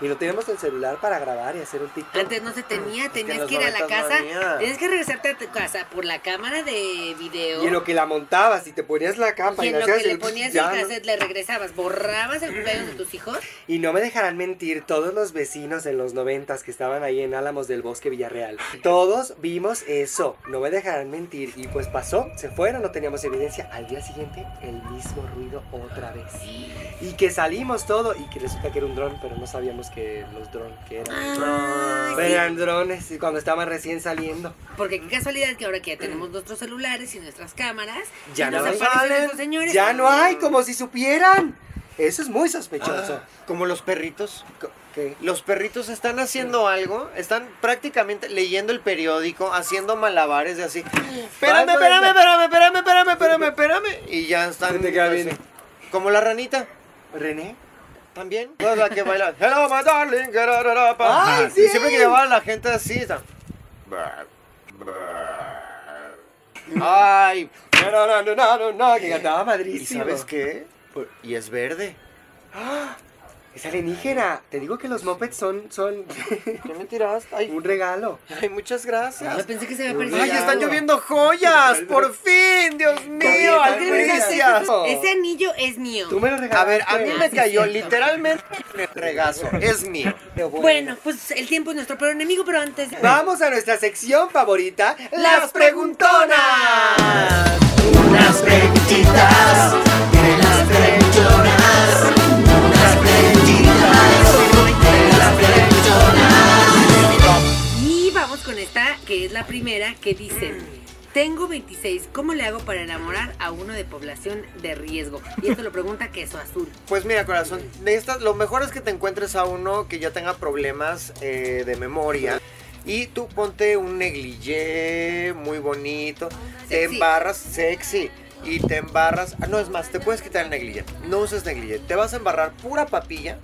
Speaker 4: Y no teníamos el celular para grabar y hacer un TikTok.
Speaker 3: Antes no se tenía,
Speaker 2: que en
Speaker 3: tenías
Speaker 2: los
Speaker 3: que ir a la
Speaker 2: noventas no
Speaker 3: casa.
Speaker 2: había.
Speaker 3: Tenías que regresarte a tu casa por la cámara de video.
Speaker 4: Y en lo que la montabas y te ponías la capa
Speaker 3: Y
Speaker 4: y,
Speaker 3: en
Speaker 4: la
Speaker 3: lo que
Speaker 4: hacías
Speaker 3: le
Speaker 4: el-
Speaker 3: ponías el
Speaker 4: ya, ¿no?
Speaker 3: cassette le regresabas, borrabas el cumpleaños de tus hijos.
Speaker 4: Y no me dejarán mentir todos los vecinos en los noventas que estaban ahí en Álamos del Bosque Villarreal. Todos vimos eso, no me dejarán mentir. Y pues pasó, se fueron, no teníamos evidencia. Al día siguiente, el mismo ruido otra vez. Y que salimos todo y que resulta que era un dron, pero no sabíamos que los drones que eran.
Speaker 3: Ah, sí.
Speaker 4: Eran drones y cuando estaban recién saliendo.
Speaker 3: Porque qué casualidad que ahora que ya tenemos nuestros celulares y nuestras cámaras,
Speaker 4: Ya
Speaker 3: y
Speaker 4: no
Speaker 3: nos
Speaker 4: hay.
Speaker 3: aparecen
Speaker 2: Salen,
Speaker 3: estos señores.
Speaker 4: Ya no hay, como si supieran. Eso es muy sospechoso.
Speaker 2: Ah, Como los perritos.
Speaker 4: Co- ¿Qué?
Speaker 2: Los perritos están haciendo algo, están prácticamente leyendo el periódico, haciendo malabares de así. Espérame, espérame, espérame, espérame, espérame, espérame, espérame. Y ya están.
Speaker 4: Se te queda bien.
Speaker 2: así. Como la ranita,
Speaker 4: ¿René?
Speaker 2: también. Toda la que baila. Hello, my darling. get out of the-
Speaker 4: Ay, sí.
Speaker 2: Y siempre que llevaba a la gente así, está. Ay.
Speaker 4: No, no, no, no, no, no, Ah, que cantaba
Speaker 2: ¿Y
Speaker 4: madrísimo.
Speaker 2: sabes qué? Y es verde.
Speaker 4: Es alienígena. Te digo que los mopeds son, son
Speaker 2: ¿Qué me tiraste? Ay,
Speaker 4: un regalo. pues,
Speaker 2: ay, muchas gracias.
Speaker 3: Yo pensé que se había perdido.
Speaker 2: ¡Ay,
Speaker 4: Regalo.
Speaker 2: están lloviendo joyas! ¡Por fin! ¡Dios mío!
Speaker 4: Ay,
Speaker 3: ¿Por qué me
Speaker 4: gracias.
Speaker 3: regalaste
Speaker 2: ¡Albricias!
Speaker 3: eso? Ese anillo es mío.
Speaker 4: Tú me lo regalaste.
Speaker 2: A ver, a mí me
Speaker 3: sí,
Speaker 2: cayó
Speaker 3: cierto.
Speaker 2: literalmente en el regazo. Es mío.
Speaker 4: Pero
Speaker 3: Bueno, pues el tiempo es nuestro peor enemigo, pero antes. de-
Speaker 4: Vamos a nuestra sección favorita,
Speaker 3: Las
Speaker 4: las
Speaker 3: preguntonas.
Speaker 4: preguntonas.
Speaker 5: Unas preguntitas, de las preguntonas, unas preguntitas, de las preguntonas.
Speaker 3: Y vamos con esta, que es la primera, que dice: Tengo 26, ¿cómo le hago para enamorar a uno de población de riesgo? Y esto lo pregunta Queso Azul.
Speaker 2: Pues mira, corazón, de estas, lo mejor es que te encuentres a uno que ya tenga problemas eh, de memoria. Y tú ponte un negligé muy bonito, te
Speaker 3: Sexy.
Speaker 2: embarras sexy y te embarras. ah, No, es más, te puedes quitar el negligé. No uses negligé, te vas a embarrar pura papilla.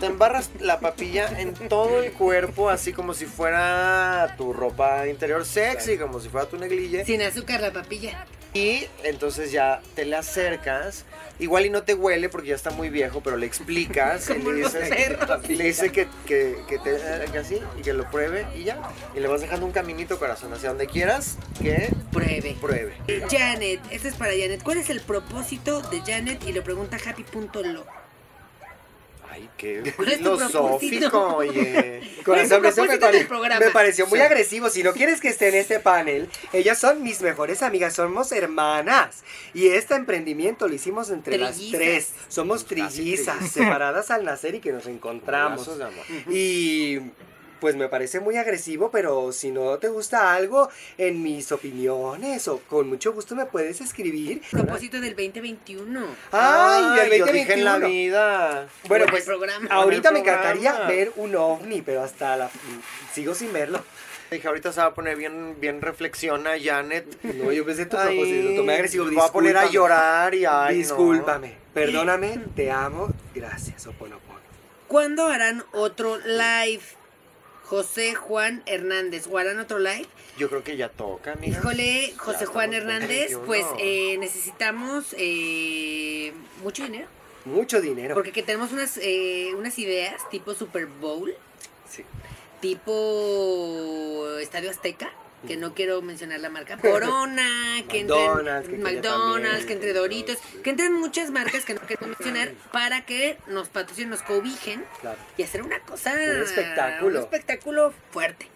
Speaker 2: Te embarras la papilla en todo el cuerpo, así como si fuera tu ropa interior sexy, como si fuera tu negligé.
Speaker 3: Sin azúcar la papilla.
Speaker 2: Y entonces ya te le acercas, igual y no te huele porque ya está muy viejo, pero le explicas, y
Speaker 3: Como
Speaker 2: le
Speaker 3: los
Speaker 2: dices,
Speaker 3: perros.
Speaker 2: le dice que, que- que te que así y que lo pruebe y ya. Y le vas dejando un caminito corazón hacia donde quieras que
Speaker 3: Pruebe.
Speaker 2: pruebe.
Speaker 3: Janet, este es para Janet. ¿Cuál es el propósito de Janet? Y lo pregunta happy.lo.
Speaker 2: Ay, qué
Speaker 3: ¿Cuál es tu
Speaker 2: filosófico,
Speaker 3: propósito?
Speaker 2: oye.
Speaker 4: Corazón,
Speaker 3: ¿Cuál es
Speaker 4: eso
Speaker 3: el
Speaker 4: me,
Speaker 3: propósito
Speaker 4: pare-
Speaker 3: del programa?
Speaker 4: me pareció muy
Speaker 2: Sí.
Speaker 4: agresivo. Si no quieres que esté en este panel, ellas son mis mejores amigas, somos hermanas. Y este emprendimiento lo hicimos entre
Speaker 3: Trillizas.
Speaker 4: las tres. Somos
Speaker 2: Casi
Speaker 4: trillizas,
Speaker 2: trillizas.
Speaker 4: separadas al nacer y que nos encontramos.
Speaker 2: Abrazos de amor.
Speaker 4: Y pues me parece muy agresivo, pero si no te gusta algo en mis opiniones o con mucho gusto me puedes escribir.
Speaker 3: Propósito del 2021.
Speaker 4: Ay, el
Speaker 2: yo dije en la
Speaker 4: 2021.
Speaker 2: vida.
Speaker 4: Bueno,
Speaker 3: Por el
Speaker 4: pues
Speaker 3: programa.
Speaker 4: ahorita
Speaker 2: Por
Speaker 4: me
Speaker 2: el
Speaker 4: encantaría
Speaker 2: programa.
Speaker 4: ver un ovni, pero hasta la sigo sin verlo.
Speaker 2: Dije, ahorita se va a poner bien, bien reflexiona Janet.
Speaker 4: No, yo pensé tu
Speaker 2: Ay,
Speaker 4: propósito, tomé agresivo.
Speaker 2: me Va a poner a
Speaker 4: discúlpame.
Speaker 2: llorar y ay, no.
Speaker 4: Discúlpame, perdóname, te amo, gracias, Oponopono.
Speaker 3: ¿Cuándo harán otro live? José Juan Hernández. ¿O harán otro live?
Speaker 2: Yo creo que ya toca, mija.
Speaker 3: Híjole, José
Speaker 2: estamos
Speaker 3: Juan
Speaker 2: en
Speaker 3: Hernández,
Speaker 2: 2021.
Speaker 3: pues eh, necesitamos eh, mucho dinero.
Speaker 4: Mucho dinero.
Speaker 3: Porque que tenemos unas, eh, unas ideas tipo Super Bowl,
Speaker 4: Sí.
Speaker 3: tipo Estadio Azteca, que no quiero mencionar la marca, Corona, que
Speaker 4: McDonald's,
Speaker 3: entren
Speaker 4: que ya
Speaker 3: McDonald's,
Speaker 4: también,
Speaker 3: que entre Doritos, que entren muchas marcas que no quiero mencionar para que nos patrocinen, nos cobijen
Speaker 4: Claro.
Speaker 3: y hacer una cosa.
Speaker 4: Un espectáculo.
Speaker 3: Un espectáculo fuerte.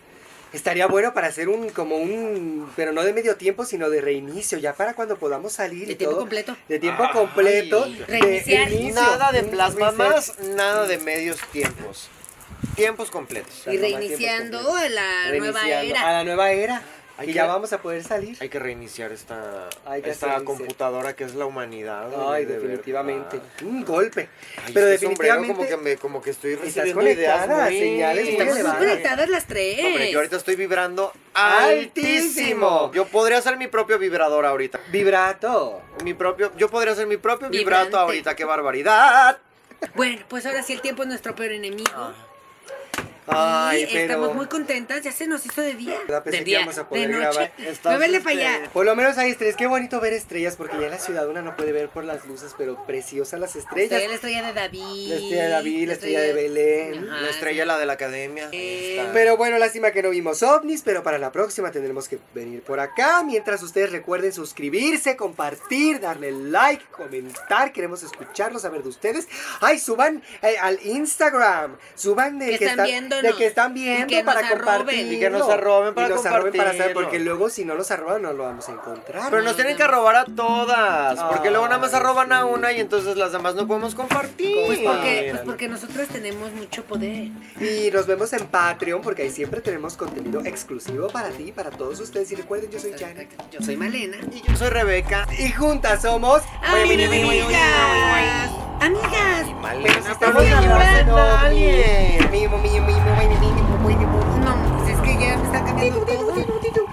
Speaker 4: Estaría bueno para hacer un, como un, pero no de medio tiempo, sino de reinicio, ya para cuando podamos salir
Speaker 3: ¿De
Speaker 4: y
Speaker 3: tiempo
Speaker 4: todo.
Speaker 3: completo?
Speaker 4: De tiempo completo.
Speaker 2: Ay.
Speaker 4: de
Speaker 3: Reiniciar.
Speaker 4: inicio,
Speaker 2: Nada de
Speaker 4: un
Speaker 2: plasma
Speaker 4: reset.
Speaker 2: más, nada de medios tiempos. Tiempos completos.
Speaker 3: Y reiniciando a la nueva
Speaker 4: Reiniciando
Speaker 3: era.
Speaker 4: A la nueva era.
Speaker 2: Hay
Speaker 4: y
Speaker 2: que-
Speaker 4: ya vamos a poder salir.
Speaker 2: Hay que reiniciar esta,
Speaker 4: Hay que
Speaker 2: esta
Speaker 4: hacer reset.
Speaker 2: computadora que es la humanidad.
Speaker 4: Ay,
Speaker 2: oye, de
Speaker 4: definitivamente.
Speaker 2: verdad.
Speaker 4: Un golpe.
Speaker 2: Ay,
Speaker 4: pero
Speaker 2: este sombrero
Speaker 4: definitivamente.
Speaker 2: como que, me, como que estoy
Speaker 4: Estás
Speaker 2: recibiendo
Speaker 4: conectada,
Speaker 2: ideas muy...
Speaker 4: señales muy
Speaker 3: Estamos muy
Speaker 4: elevadas.
Speaker 3: conectadas las tres.
Speaker 2: No, hombre, yo ahorita estoy vibrando
Speaker 4: Altísimo.
Speaker 2: altísimo. Yo podría ser mi propio vibrador ahorita.
Speaker 4: Vibrato.
Speaker 2: Mi propio, yo podría ser mi propio
Speaker 3: Vibrante.
Speaker 2: vibrato ahorita. ¡Qué barbaridad!
Speaker 3: Bueno, pues ahora sí el tiempo es nuestro peor enemigo.
Speaker 4: Ah. Ay,
Speaker 3: y
Speaker 4: pero.
Speaker 3: estamos muy contentas, ya se nos hizo de día.
Speaker 4: Ya
Speaker 3: de
Speaker 4: pensé que
Speaker 3: día,
Speaker 4: íbamos a poder
Speaker 3: de noche.
Speaker 4: grabar.
Speaker 3: No
Speaker 4: Entonces,
Speaker 3: verle para
Speaker 4: este,
Speaker 3: allá.
Speaker 4: Por lo menos hay estrellas. Qué bonito ver estrellas, porque ya en la ciudad una no puede ver por las luces, pero preciosas las
Speaker 3: Estrella, la
Speaker 4: estrellas.
Speaker 3: estrella de David.
Speaker 4: La estrella de David, la estrella de Belén.
Speaker 3: Ajá,
Speaker 2: la estrella, la de la academia.
Speaker 3: Ah, Eh,
Speaker 2: Ahí está.
Speaker 4: Pero bueno, lástima que no vimos ovnis, pero para la próxima tendremos que venir por acá. Mientras ustedes recuerden suscribirse, compartir, darle like, comentar. Queremos escucharlos, saber de ustedes. Ay, suban eh, al Instagram. Suban de
Speaker 3: Que están
Speaker 4: están-
Speaker 3: viéndonos.
Speaker 4: de que están
Speaker 3: Y
Speaker 4: viendo
Speaker 3: que nos
Speaker 4: para
Speaker 3: arroben.
Speaker 4: compartir.
Speaker 2: Y que nos arroben para
Speaker 4: y nos arroben para saber,
Speaker 2: compartirlo.
Speaker 4: porque luego si no los arroban no lo vamos a encontrar.
Speaker 2: Pero nos tienen que robar a todas. Porque luego nada más
Speaker 4: Ay,
Speaker 2: arroban a
Speaker 4: sí.
Speaker 2: una y entonces las demás no podemos compartir.
Speaker 4: Pues
Speaker 3: Porque,
Speaker 4: Ah,
Speaker 3: Ah. pues porque nosotros tenemos mucho poder.
Speaker 4: Y nos vemos en Patreon porque ahí siempre tenemos contenido exclusivo para ti y para todos ustedes. Y recuerden, yo soy Janet.
Speaker 3: Yo soy Malena.
Speaker 2: Y yo soy Rebeca.
Speaker 4: Y juntas somos
Speaker 3: Ah, Amigas. Amigas.
Speaker 4: Pero si estamos
Speaker 3: Ay,
Speaker 4: hablando
Speaker 2: llorando,
Speaker 4: de
Speaker 2: alguien.
Speaker 4: alguien. Mimo, mimo, mimo, mimo, mimo, mimo, mimo.
Speaker 3: No, pues es que ya me están cambiando todo.
Speaker 4: Titu, titu, titu, titu.